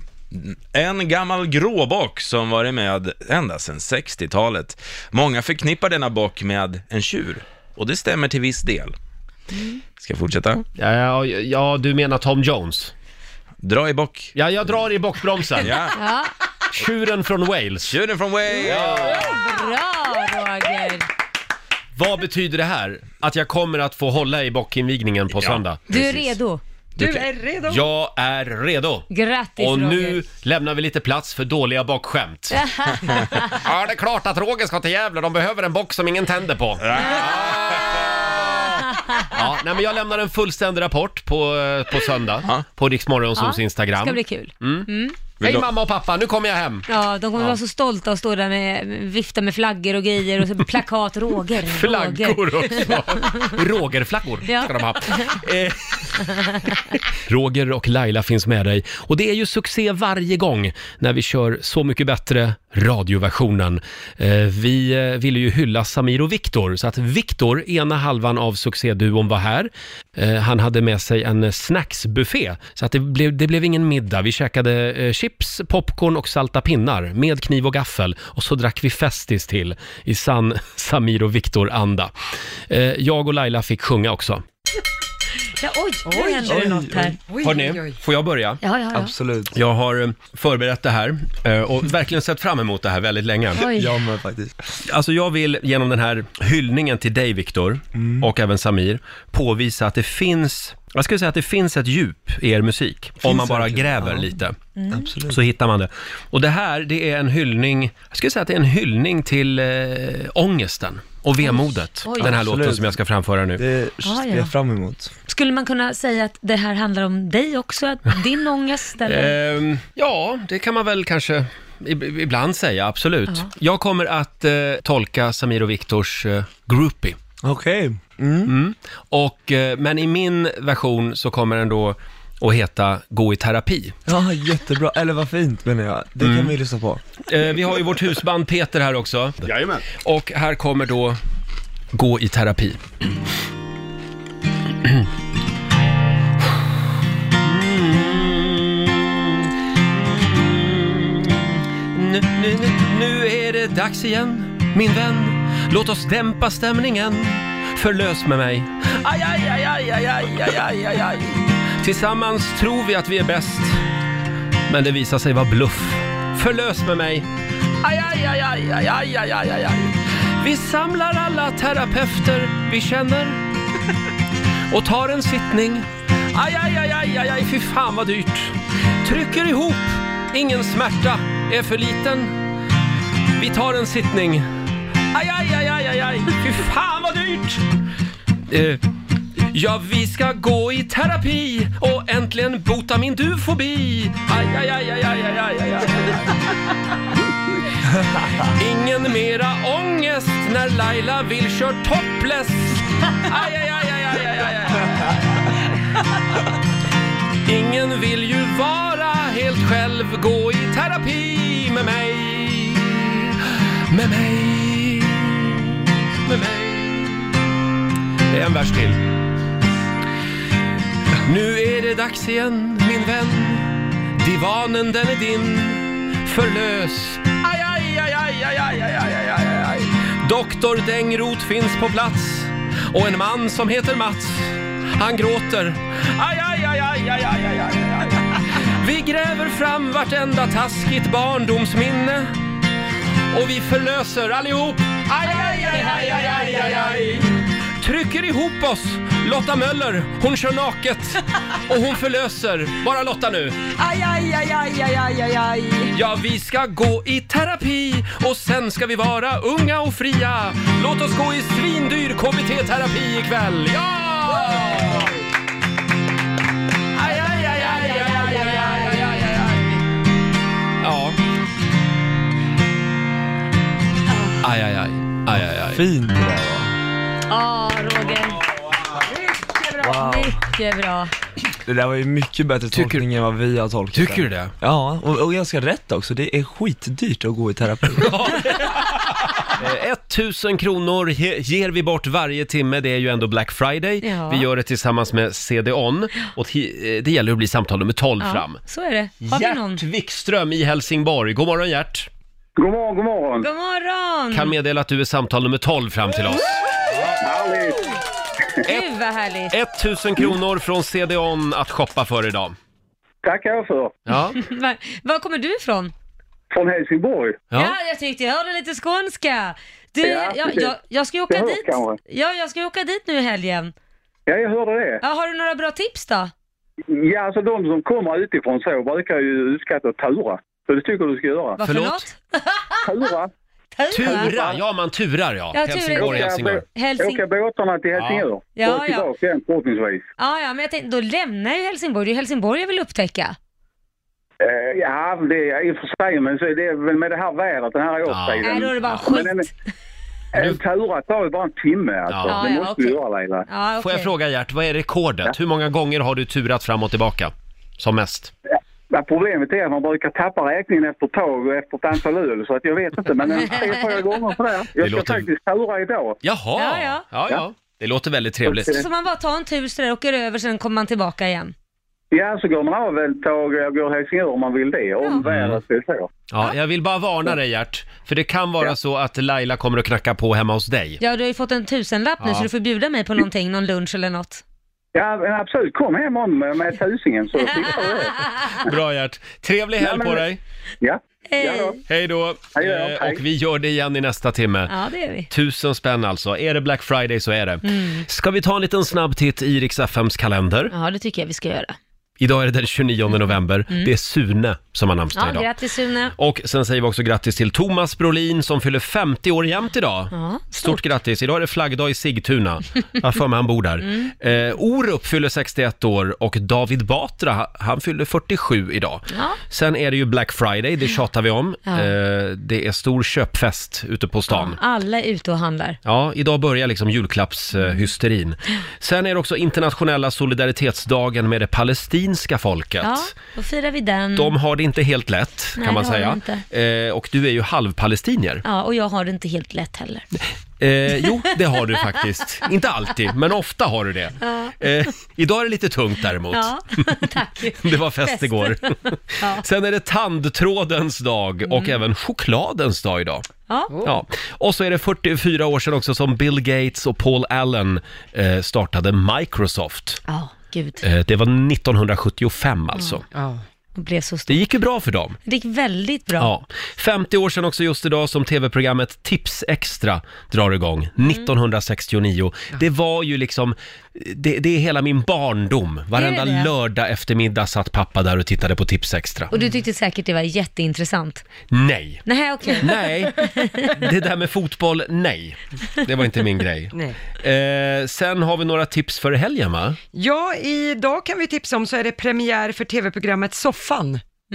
Speaker 4: En gammal gråbock som varit med ända sedan 60-talet. Många förknippar denna bock med en tjur. Och det stämmer till viss del. Ska jag fortsätta?
Speaker 1: Ja, ja, ja, du menar Tom Jones?
Speaker 4: Dra i bock.
Speaker 1: Ja, jag drar i
Speaker 4: [LAUGHS]
Speaker 1: bockbromsen.
Speaker 4: Ja.
Speaker 2: Ja,
Speaker 1: Tjuren från Wales.
Speaker 4: Tjuren från Wales!
Speaker 2: bra Roger!
Speaker 1: Vad betyder det här? Att jag kommer att få hålla i bockinvigningen på söndag?
Speaker 2: Du är redo.
Speaker 1: Du är
Speaker 2: redo.
Speaker 1: Jag är redo!
Speaker 2: Grattis
Speaker 1: Och
Speaker 2: Roger.
Speaker 1: nu lämnar vi lite plats för
Speaker 2: [LAUGHS]
Speaker 1: dåliga bockskämt. ja, det är klart att Roger ska till Gävle. De behöver en bock som ingen tänder på. Ja, nej, men jag lämnar en fullständig rapport på, eh, på söndag på Rix Morgonzoos
Speaker 2: Ja,
Speaker 1: Instagram.
Speaker 2: Det ska bli kul.
Speaker 1: Mm.
Speaker 2: Mm.
Speaker 1: Hej mamma och pappa, nu kommer jag hem!
Speaker 2: Ja, de kommer
Speaker 1: Ja.
Speaker 2: vara så stolta och stå där med, vifta med flaggor och grejer och så plakat Roger.
Speaker 1: [LAUGHS] Flaggor
Speaker 2: Roger.
Speaker 1: också! Rogerflaggor
Speaker 2: Ja.
Speaker 1: ska de ha. Eh, Roger och Laila finns med dig. Och det är ju succé varje gång när vi kör Så mycket bättre radioversionen. Eh, Vi eh, ville ju hylla Samir och Viktor, så att Viktor, ena halvan av succéduon, var här. Eh, Han hade med sig en eh, snacksbuffé, så att det, blev, det blev ingen middag. Vi käkade eh, chips, popcorn och salta pinnar med kniv och gaffel. Och så drack vi Festis till i sann [LAUGHS] Samir och Viktor-anda. Eh, Jag och Laila fick sjunga också.
Speaker 2: Ja, oj, nu händer det något här.
Speaker 1: Hörni, får jag börja?
Speaker 2: Ja, ja, ja.
Speaker 1: Absolut. Jag har eh, förberett det här eh, och verkligen sett fram emot det här väldigt länge.
Speaker 2: Oj. Jag
Speaker 1: med faktiskt. Alltså jag vill genom den här hyllningen till dig Viktor och även Samir påvisa att det finns, jag skulle säga att det finns ett djup i er musik. om man bara
Speaker 7: verkligen,
Speaker 1: gräver
Speaker 7: ja.
Speaker 1: lite
Speaker 7: Mm. Absolut.
Speaker 1: så hittar man det. Och det här, det är en hyllning, jag skulle säga att det är en hyllning till eh, ångesten och vemodet.
Speaker 2: Oj.
Speaker 1: Den här
Speaker 2: Absolut.
Speaker 1: låten som jag ska framföra nu. Det
Speaker 2: ser Ah, ja. jag
Speaker 1: fram emot.
Speaker 2: Skulle man kunna säga att det här handlar om dig också? Att din ångest? Eller?
Speaker 1: Ehm, ja, det kan man väl kanske i- ibland säga, absolut.
Speaker 2: Ja.
Speaker 1: Jag kommer att eh, tolka Samir och Viktors eh, groupie. Okej.
Speaker 9: Mm. Och, eh, men i min version så kommer den då att heta Gå i terapi.
Speaker 21: Ja, jättebra. Eller vad fint menar jag. Det
Speaker 9: Mm.
Speaker 21: kan vi lyssna på.
Speaker 9: Eh, vi har ju vårt husband Peter här också. Jajamän. Och här kommer då Gå i terapi. Nu, nu, nu är det dags igen, min vän. Låt oss dämpa stämningen. Förlös med mig. Aj, aj, aj, aj, aj, aj, aj, aj, aj, aj. Tillsammans tror vi att vi är bäst. Men det visar sig vara bluff. Förlös med mig. Aj, aj, aj, aj, aj, aj, aj, aj, aj, aj. Vi samlar alla terapeuter vi känner och tar en sittning. Aj, aj, aj, aj, aj, aj, fy fan vad dyrt. Trycker ihop. Ingen smärta är för liten. Vi tar en sittning. Aj, aj, aj, aj, aj, aj, fy fan vad dyrt. Eh, Ja, vi ska gå i terapi och äntligen bota min dufobi. Aj, aj, aj, aj, aj, aj, aj, aj, aj. Ingen mera ångest när Laila vill köra topless. Aj, aj, aj, aj, aj, aj, aj, aj. Ingen vill ju vara helt själv, gå i terapi med mig. Med mig, med mig. Det är en vers till. Nu är det dags igen, min vän. Divanen, den är din. Förlös. Aj, aj, aj, aj, aj, aj, aj, aj, aj, aj, aj. Doktor Dängrot finns på plats. Och en man som heter Mats. Han gråter. Aj, aj, aj, aj, aj, aj, aj, aj, aj. Vi gräver fram vartenda taskigt barndomsminne. Och vi förlöser allihop. Aj, aj, aj, aj, aj, aj, aj, aj. Trycker ihop oss. Lotta Möller, hon kör naket. Och hon förlöser. Bara Lotta nu.
Speaker 22: Aj, aj, aj, aj, aj, aj, aj, aj.
Speaker 9: Ja, vi ska gå i terapi och sen ska vi vara unga och fria. Låt oss gå i svindyr KBT-terapi ikväll. Ja! Aj, aj, aj, aj, aj, aj, aj, aj, aj, aj, aj. Ja. Aj, aj, aj. Aj, aj, aj.
Speaker 21: Fint det där var.
Speaker 2: Ja, Roger. Mycket bra.
Speaker 21: Wow.
Speaker 2: Mycket bra.
Speaker 21: Det där var ju mycket bättre tolkning än vad vi har tolkat
Speaker 9: Tycker du
Speaker 21: den.
Speaker 9: det?
Speaker 21: Ja, och, och ganska rätt också. Det är skitdyrt att gå i
Speaker 9: [LAUGHS]
Speaker 21: terapi.
Speaker 9: Eh, 1000 kronor ge- ger vi bort varje timme, det är ju ändå Black Friday.
Speaker 2: Ja.
Speaker 9: Vi gör det tillsammans med CD-ON och ti- eh, det gäller att bli samtal nummer 12 fram.
Speaker 2: så är det. Har vi någon?
Speaker 9: Gert Wikström i Helsingborg, god morgon Gert!
Speaker 17: God morgon, god morgon!
Speaker 2: God morgon!
Speaker 9: Kan meddela att du är samtal nummer 12 fram till oss.
Speaker 2: Gud vad härligt.
Speaker 9: 1000 kronor från CD-ON att shoppa för idag.
Speaker 17: [LAUGHS] Tackar för.
Speaker 9: Ja.
Speaker 2: Var, var kommer du ifrån?
Speaker 17: Från Helsingborg.
Speaker 2: Ja. jag tyckte jag hörde lite skånska. Du,
Speaker 17: Ja,
Speaker 2: jag,
Speaker 17: precis.
Speaker 2: jag, jag ska ju åka
Speaker 17: Det hörs
Speaker 2: dit.
Speaker 17: kanske.
Speaker 2: Ja, jag ska ju åka dit nu i helgen.
Speaker 17: Ja, jag hörde det.
Speaker 2: Ja, har du några bra tips då?
Speaker 17: Ja, alltså de som kommer utifrån så brukar ju uppskatta tura. Så det tycker jag du ska göra.
Speaker 2: Vad för Förlåt? något? [LAUGHS]
Speaker 17: Tura.
Speaker 9: Tura, ja man turar ja.
Speaker 2: Ja, turar.
Speaker 9: Helsingborg,
Speaker 2: Åka-
Speaker 9: Helsingborg.
Speaker 2: Helsing-
Speaker 17: Åka båtarna till Helsingör.
Speaker 2: Ja,
Speaker 17: och
Speaker 2: ja.
Speaker 17: tillbaka igen förhoppningsvis.
Speaker 2: Ja, ja, men jag tänkte, då lämnar jag ju Helsingborg. Det är ju Helsingborg jag vill upptäcka.
Speaker 17: Eh, ja, det är i och för sig, men så är det väl med det här vädret den här årstiden.
Speaker 2: Nej, då är det bara
Speaker 17: Men en, en tura tar ju bara en timme alltså.
Speaker 2: Ja.
Speaker 17: det
Speaker 2: Ja, ja,
Speaker 17: måste
Speaker 2: okej.
Speaker 17: du göra Laila.
Speaker 9: Får jag fråga Gert, vad är rekordet? Hur många gånger har du turat fram och tillbaka? Som mest?
Speaker 17: Ja, problemet är att man brukar tappa räkningen efter ett tag och efter ett antal öl, så att jag vet inte. Men en tre, fyra gånger sådär. Jag
Speaker 9: Det
Speaker 17: ska
Speaker 9: låter-
Speaker 17: faktiskt tura idag.
Speaker 9: Jaha!
Speaker 2: Ja, ja.
Speaker 9: ja, ja. Det låter väldigt trevligt.
Speaker 2: Så man bara tar en tur sådär, åker över, sen kommer man tillbaka igen.
Speaker 17: Ja, så går man av ett tag och går Helsingör om man vill det, om
Speaker 9: Mm.
Speaker 17: vädret är så.
Speaker 9: Ja, jag vill bara varna dig Gert, för det kan vara så att Laila kommer att knacka på hemma hos dig.
Speaker 2: typ. Ja, du har ju fått en tusenlapp nu
Speaker 9: Ja.
Speaker 2: så du får bjuda mig på någonting, någon lunch eller något.
Speaker 17: Ja, men absolut. Kom hem om med tusingen så fixar vi det.
Speaker 9: Bra Gert, trevlig helg
Speaker 17: Ja, men-
Speaker 9: på dig!
Speaker 17: Ja.
Speaker 2: Hej.
Speaker 9: Hej då!
Speaker 17: Hej då,
Speaker 9: Eh,
Speaker 17: hej.
Speaker 9: Och vi gör det igen i nästa timme.
Speaker 2: Ja, det gör vi.
Speaker 9: Tusen spänn alltså. Är det Black Friday så är det.
Speaker 2: Mm.
Speaker 9: Ska vi ta en liten snabb titt i Rix FMs kalender?
Speaker 2: Ja, det tycker jag vi ska göra.
Speaker 1: Idag är det den 29 november.
Speaker 2: Mm.
Speaker 1: Det är Sune som har namnsdag
Speaker 2: Ja,
Speaker 1: idag.
Speaker 2: grattis Sune.
Speaker 1: Och sen säger vi också grattis till Thomas Brolin som fyller 50 år jämt idag.
Speaker 2: Ja,
Speaker 1: Stort grattis! Idag är det flaggdag
Speaker 2: [LAUGHS]
Speaker 1: i Sigtuna. Jag har för mig han bor där.
Speaker 2: Mm.
Speaker 1: Eh, Orup fyller 61 år och David Batra, ha- han fyller 47 idag.
Speaker 2: Ja.
Speaker 1: Sen är det ju Black Friday, det tjatar vi om.
Speaker 2: Ja.
Speaker 1: Eh, det är stor köpfest ute på stan.
Speaker 2: Alla är ute och handlar.
Speaker 1: Ja, idag börjar liksom julklappshysterin.
Speaker 2: Mm.
Speaker 1: Sen är det också internationella solidaritetsdagen med det palestinska folket.
Speaker 2: Ja, då firar vi den.
Speaker 1: De har det inte helt lätt,
Speaker 2: Mm. Nej,
Speaker 1: kan man
Speaker 2: det har
Speaker 1: säga.
Speaker 2: de
Speaker 1: Eh, och du är ju halvpalestinier.
Speaker 2: Ja, och jag har det inte helt lätt heller.
Speaker 1: Eh, jo, det har du faktiskt. inte alltid, men ofta har du det.
Speaker 2: Ja,
Speaker 1: Eh, idag är det lite tungt däremot. [LAUGHS]
Speaker 2: ja tack.
Speaker 1: Det var fest igår.
Speaker 2: ja.
Speaker 1: Sen är det tandtrådens dag och
Speaker 2: Mm.
Speaker 1: även chokladens dag idag.
Speaker 2: Ja.
Speaker 13: Oh.
Speaker 1: Ja. Och så är det 44 år sedan också som Bill Gates och Paul Allen eh, startade Microsoft.
Speaker 2: Ja, gud.
Speaker 1: Eh, det var 1975 alltså.
Speaker 2: Ja. Det blev så
Speaker 1: Det
Speaker 2: stort.
Speaker 1: gick ju bra för dem.
Speaker 2: Det gick väldigt bra.
Speaker 1: Ja. 50 år sedan också just idag som tv-programmet Tips Extra drar igång,
Speaker 2: Mm.
Speaker 1: 1969. Det var ju liksom, det, det är hela min barndom. Varenda
Speaker 2: det?
Speaker 1: lördag eftermiddag satt pappa där och tittade på Tips Extra.
Speaker 2: Och du tyckte säkert det var jätteintressant.
Speaker 1: Nej,
Speaker 2: Nej, okej.
Speaker 1: [LAUGHS]
Speaker 2: [LAUGHS]
Speaker 1: Nej. det där med fotboll, nej. Det var inte
Speaker 2: [LAUGHS]
Speaker 1: min grej.
Speaker 3: Nej.
Speaker 1: Eh, sen har vi några tips för helgen va?
Speaker 3: Ja, idag kan vi tipsa om så är det premiär för tv-programmet Soffan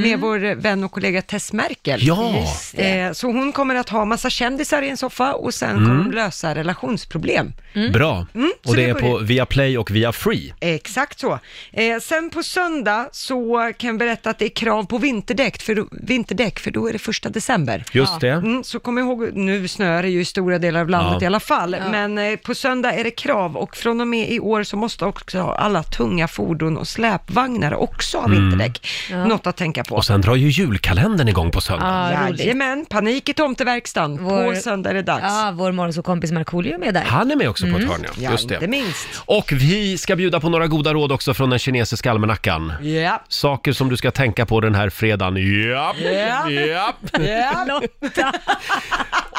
Speaker 3: med vår vän och kollega Tess Merkel.
Speaker 1: Mm. Ja. Just
Speaker 3: Eh, så hon kommer att ha massa kändisar i en soffa och sen
Speaker 1: Mm.
Speaker 3: kommer de lösa relationsproblem.
Speaker 1: Bra.
Speaker 3: Mm, så
Speaker 1: och det
Speaker 3: det
Speaker 1: är på
Speaker 3: börjar-
Speaker 1: Viaplay och via Free.
Speaker 3: Exakt så. Eh, sen på söndag så kan jag berätta att det är krav på vinterdäck för, vinterdäck, för då är det första december.
Speaker 1: Just det.
Speaker 3: Mm, så kom ihåg, nu snöar det ju i stora delar av landet
Speaker 1: Ja.
Speaker 3: i alla fall,
Speaker 1: Ja.
Speaker 3: men eh, på söndag är det krav och från och med i år så måste också alla tunga fordon och släpvagnar också ha
Speaker 1: Mm.
Speaker 3: vinterdäck.
Speaker 2: Ja.
Speaker 3: Något att tänka på.
Speaker 1: Och sen drar ju julkalendern igång på söndag.
Speaker 2: Ja, roligt.
Speaker 3: Jajamän, panik i tomteverkstan.
Speaker 2: Vår-
Speaker 3: På söndag är det dags. Mm.
Speaker 2: Ja, vår morgonsåkompis Markoolio är med där.
Speaker 1: Han är med också på ett hörn, ja.
Speaker 3: Ja,
Speaker 1: Just
Speaker 3: inte
Speaker 1: det.
Speaker 3: minst.
Speaker 1: Och vi ska bjuda på några goda råd också från den kinesiska almanackan.
Speaker 3: Ja.
Speaker 1: Saker som du ska tänka på den här fredagen. Ja.
Speaker 2: Lotta.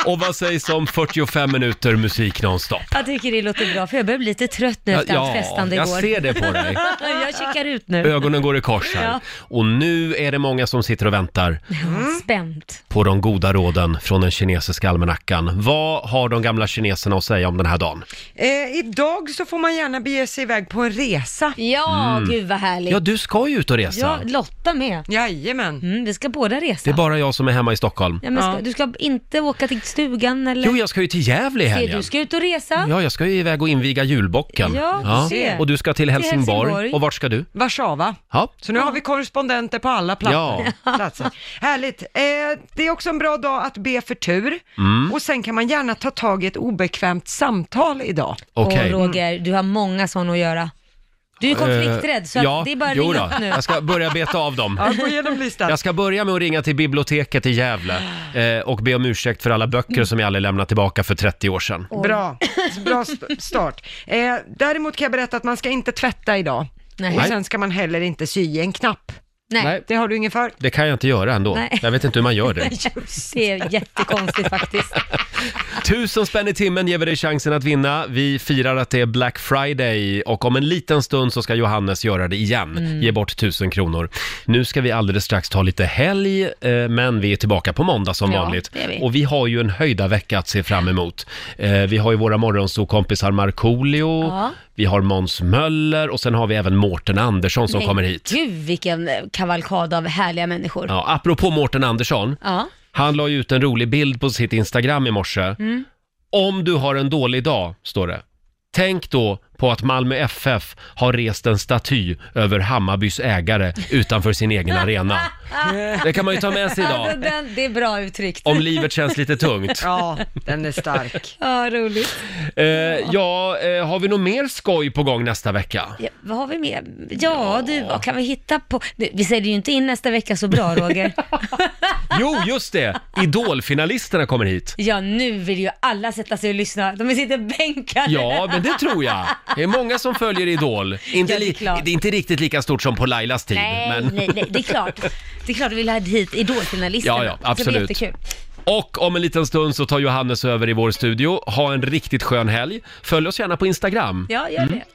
Speaker 1: Och vad sägs om 45 minuter musik nonstop?
Speaker 2: Jag tycker det låter bra, för jag börjar bli lite trött nu
Speaker 1: Ja,
Speaker 2: efter allt
Speaker 1: ja,
Speaker 2: festande
Speaker 1: jag
Speaker 2: igår.
Speaker 1: ser det på dig.
Speaker 2: [LAUGHS] jag kikar ut nu.
Speaker 1: Ögonen går i kors här.
Speaker 2: Ja.
Speaker 1: Och nu är det många som sitter och väntar
Speaker 2: Mm. Spänt.
Speaker 1: på de goda råden från den kinesiska almanackan. Vad har de gamla kineserna att säga om den här dagen?
Speaker 3: Eh, idag så får man gärna bege sig iväg på en resa.
Speaker 2: Ja,
Speaker 1: Mm.
Speaker 2: gud vad härligt.
Speaker 1: Ja, du ska ju ut och resa.
Speaker 2: Ja, Lotta med.
Speaker 3: Jajamän.
Speaker 2: Mm, vi ska båda resa.
Speaker 1: Det är bara jag som är hemma i Stockholm.
Speaker 2: ja, men ska, Du ska inte åka till stugan eller?
Speaker 1: Jo, jag ska ju till Gävle i
Speaker 2: Ser,
Speaker 1: helgen.
Speaker 2: Du ska ut och resa.
Speaker 1: Ja, jag ska ju iväg och inviga julbocken.
Speaker 2: Ja, du ser.
Speaker 1: Och du ska till
Speaker 3: Till
Speaker 1: Helsingborg.
Speaker 3: Helsingborg.
Speaker 1: Och vart ska du?
Speaker 3: Warszawa.
Speaker 1: Ja.
Speaker 3: Så nu har vi korrespondenter på alla platser.
Speaker 1: Ja.
Speaker 3: [LAUGHS] platser. Härligt. Eh, det är också en bra dag att be för tur.
Speaker 1: Mm.
Speaker 3: Och sen kan man gärna ta tag i ett obekvämt samtal idag.
Speaker 1: Okej.
Speaker 2: Och Roger, du har många sådana att göra. Du är konflikträdd, så
Speaker 1: Eh,
Speaker 2: att
Speaker 1: ja,
Speaker 2: det är bara att
Speaker 1: jo
Speaker 2: ringa
Speaker 1: då.
Speaker 2: upp nu.
Speaker 1: Jag ska börja beta av dem.
Speaker 3: Ja, gå igenom listan.
Speaker 1: Jag ska börja med att ringa till biblioteket i Gävle eh, och be om ursäkt för alla böcker som jag aldrig lämnat tillbaka för 30 år sedan.
Speaker 3: Bra, bra st- start. Eh, däremot kan jag berätta att man ska inte tvätta idag.
Speaker 2: Nej.
Speaker 3: Och sen ska man heller inte sy en knapp.
Speaker 2: Nej.
Speaker 3: Det har du ingen för.
Speaker 1: Det kan jag inte göra ändå.
Speaker 3: Nej.
Speaker 1: Jag vet inte hur man
Speaker 2: [LAUGHS]
Speaker 1: gör det.
Speaker 2: Det är jättekonstigt faktiskt.
Speaker 1: Tusen spänn i timmen ger vi dig chansen att vinna. Vi firar att det är Black Friday och om en liten stund så ska Johannes göra det igen.
Speaker 9: Mm.
Speaker 1: Ge bort tusen kronor. Nu ska vi alldeles strax ta lite helg, eh, men vi är tillbaka på måndag som
Speaker 9: Ja,
Speaker 1: vanligt.
Speaker 9: det är vi.
Speaker 1: Och vi har ju en höjda vecka att se fram emot. Eh, Vi har ju våra morgonsokompisar Markoolio,
Speaker 2: Ja.
Speaker 1: vi har Måns Möller och sen har vi även Mårten Andersson som
Speaker 2: Men
Speaker 1: kommer hit.
Speaker 2: Gud vilken kavalkad av härliga människor.
Speaker 1: Ja, apropå Mårten Andersson,
Speaker 2: Ja.
Speaker 1: han la ju ut en rolig bild på sitt Instagram i morse.
Speaker 2: Mm.
Speaker 1: Om du har en dålig dag, står det. Tänk då på att Malmö FF har rest en staty över Hammarbys ägare utanför sin
Speaker 2: [LAUGHS]
Speaker 1: egen arena. Det kan man ju ta med sig idag.
Speaker 2: Ja, Alltså, den, det är bra uttryckt.
Speaker 1: Om livet känns lite
Speaker 2: [LAUGHS]
Speaker 1: tungt.
Speaker 3: Ja, den är stark.
Speaker 2: Ja, roligt.
Speaker 1: Eh, ja, eh, har vi något mer skoj på gång nästa vecka?
Speaker 2: Ja, vad har vi mer? Ja, du, vad kan vi hitta på? Du, vi säljer ju inte in nästa vecka så bra, Roger.
Speaker 1: Jo, just det! Idolfinalisterna kommer hit.
Speaker 2: ja, nu vill ju alla sätta sig och lyssna. De sitter bänkade.
Speaker 1: Ja, men det tror jag. Det är många som följer Idol. Inte
Speaker 2: Ja, det är
Speaker 1: li- det, är
Speaker 2: klart.
Speaker 1: inte riktigt lika stort som på Lailas tid.
Speaker 2: Nej,
Speaker 1: men...
Speaker 2: nej, nej, det är klart. Det är klart vi vill ha hit idolfinalisterna.
Speaker 1: Ja, ja, absolut.
Speaker 2: Det blir jättekul.
Speaker 1: Och om en liten stund så tar Johannes över i vår studio. Ha en riktigt skön helg. Följ oss gärna på Instagram.
Speaker 2: Ja, gör det.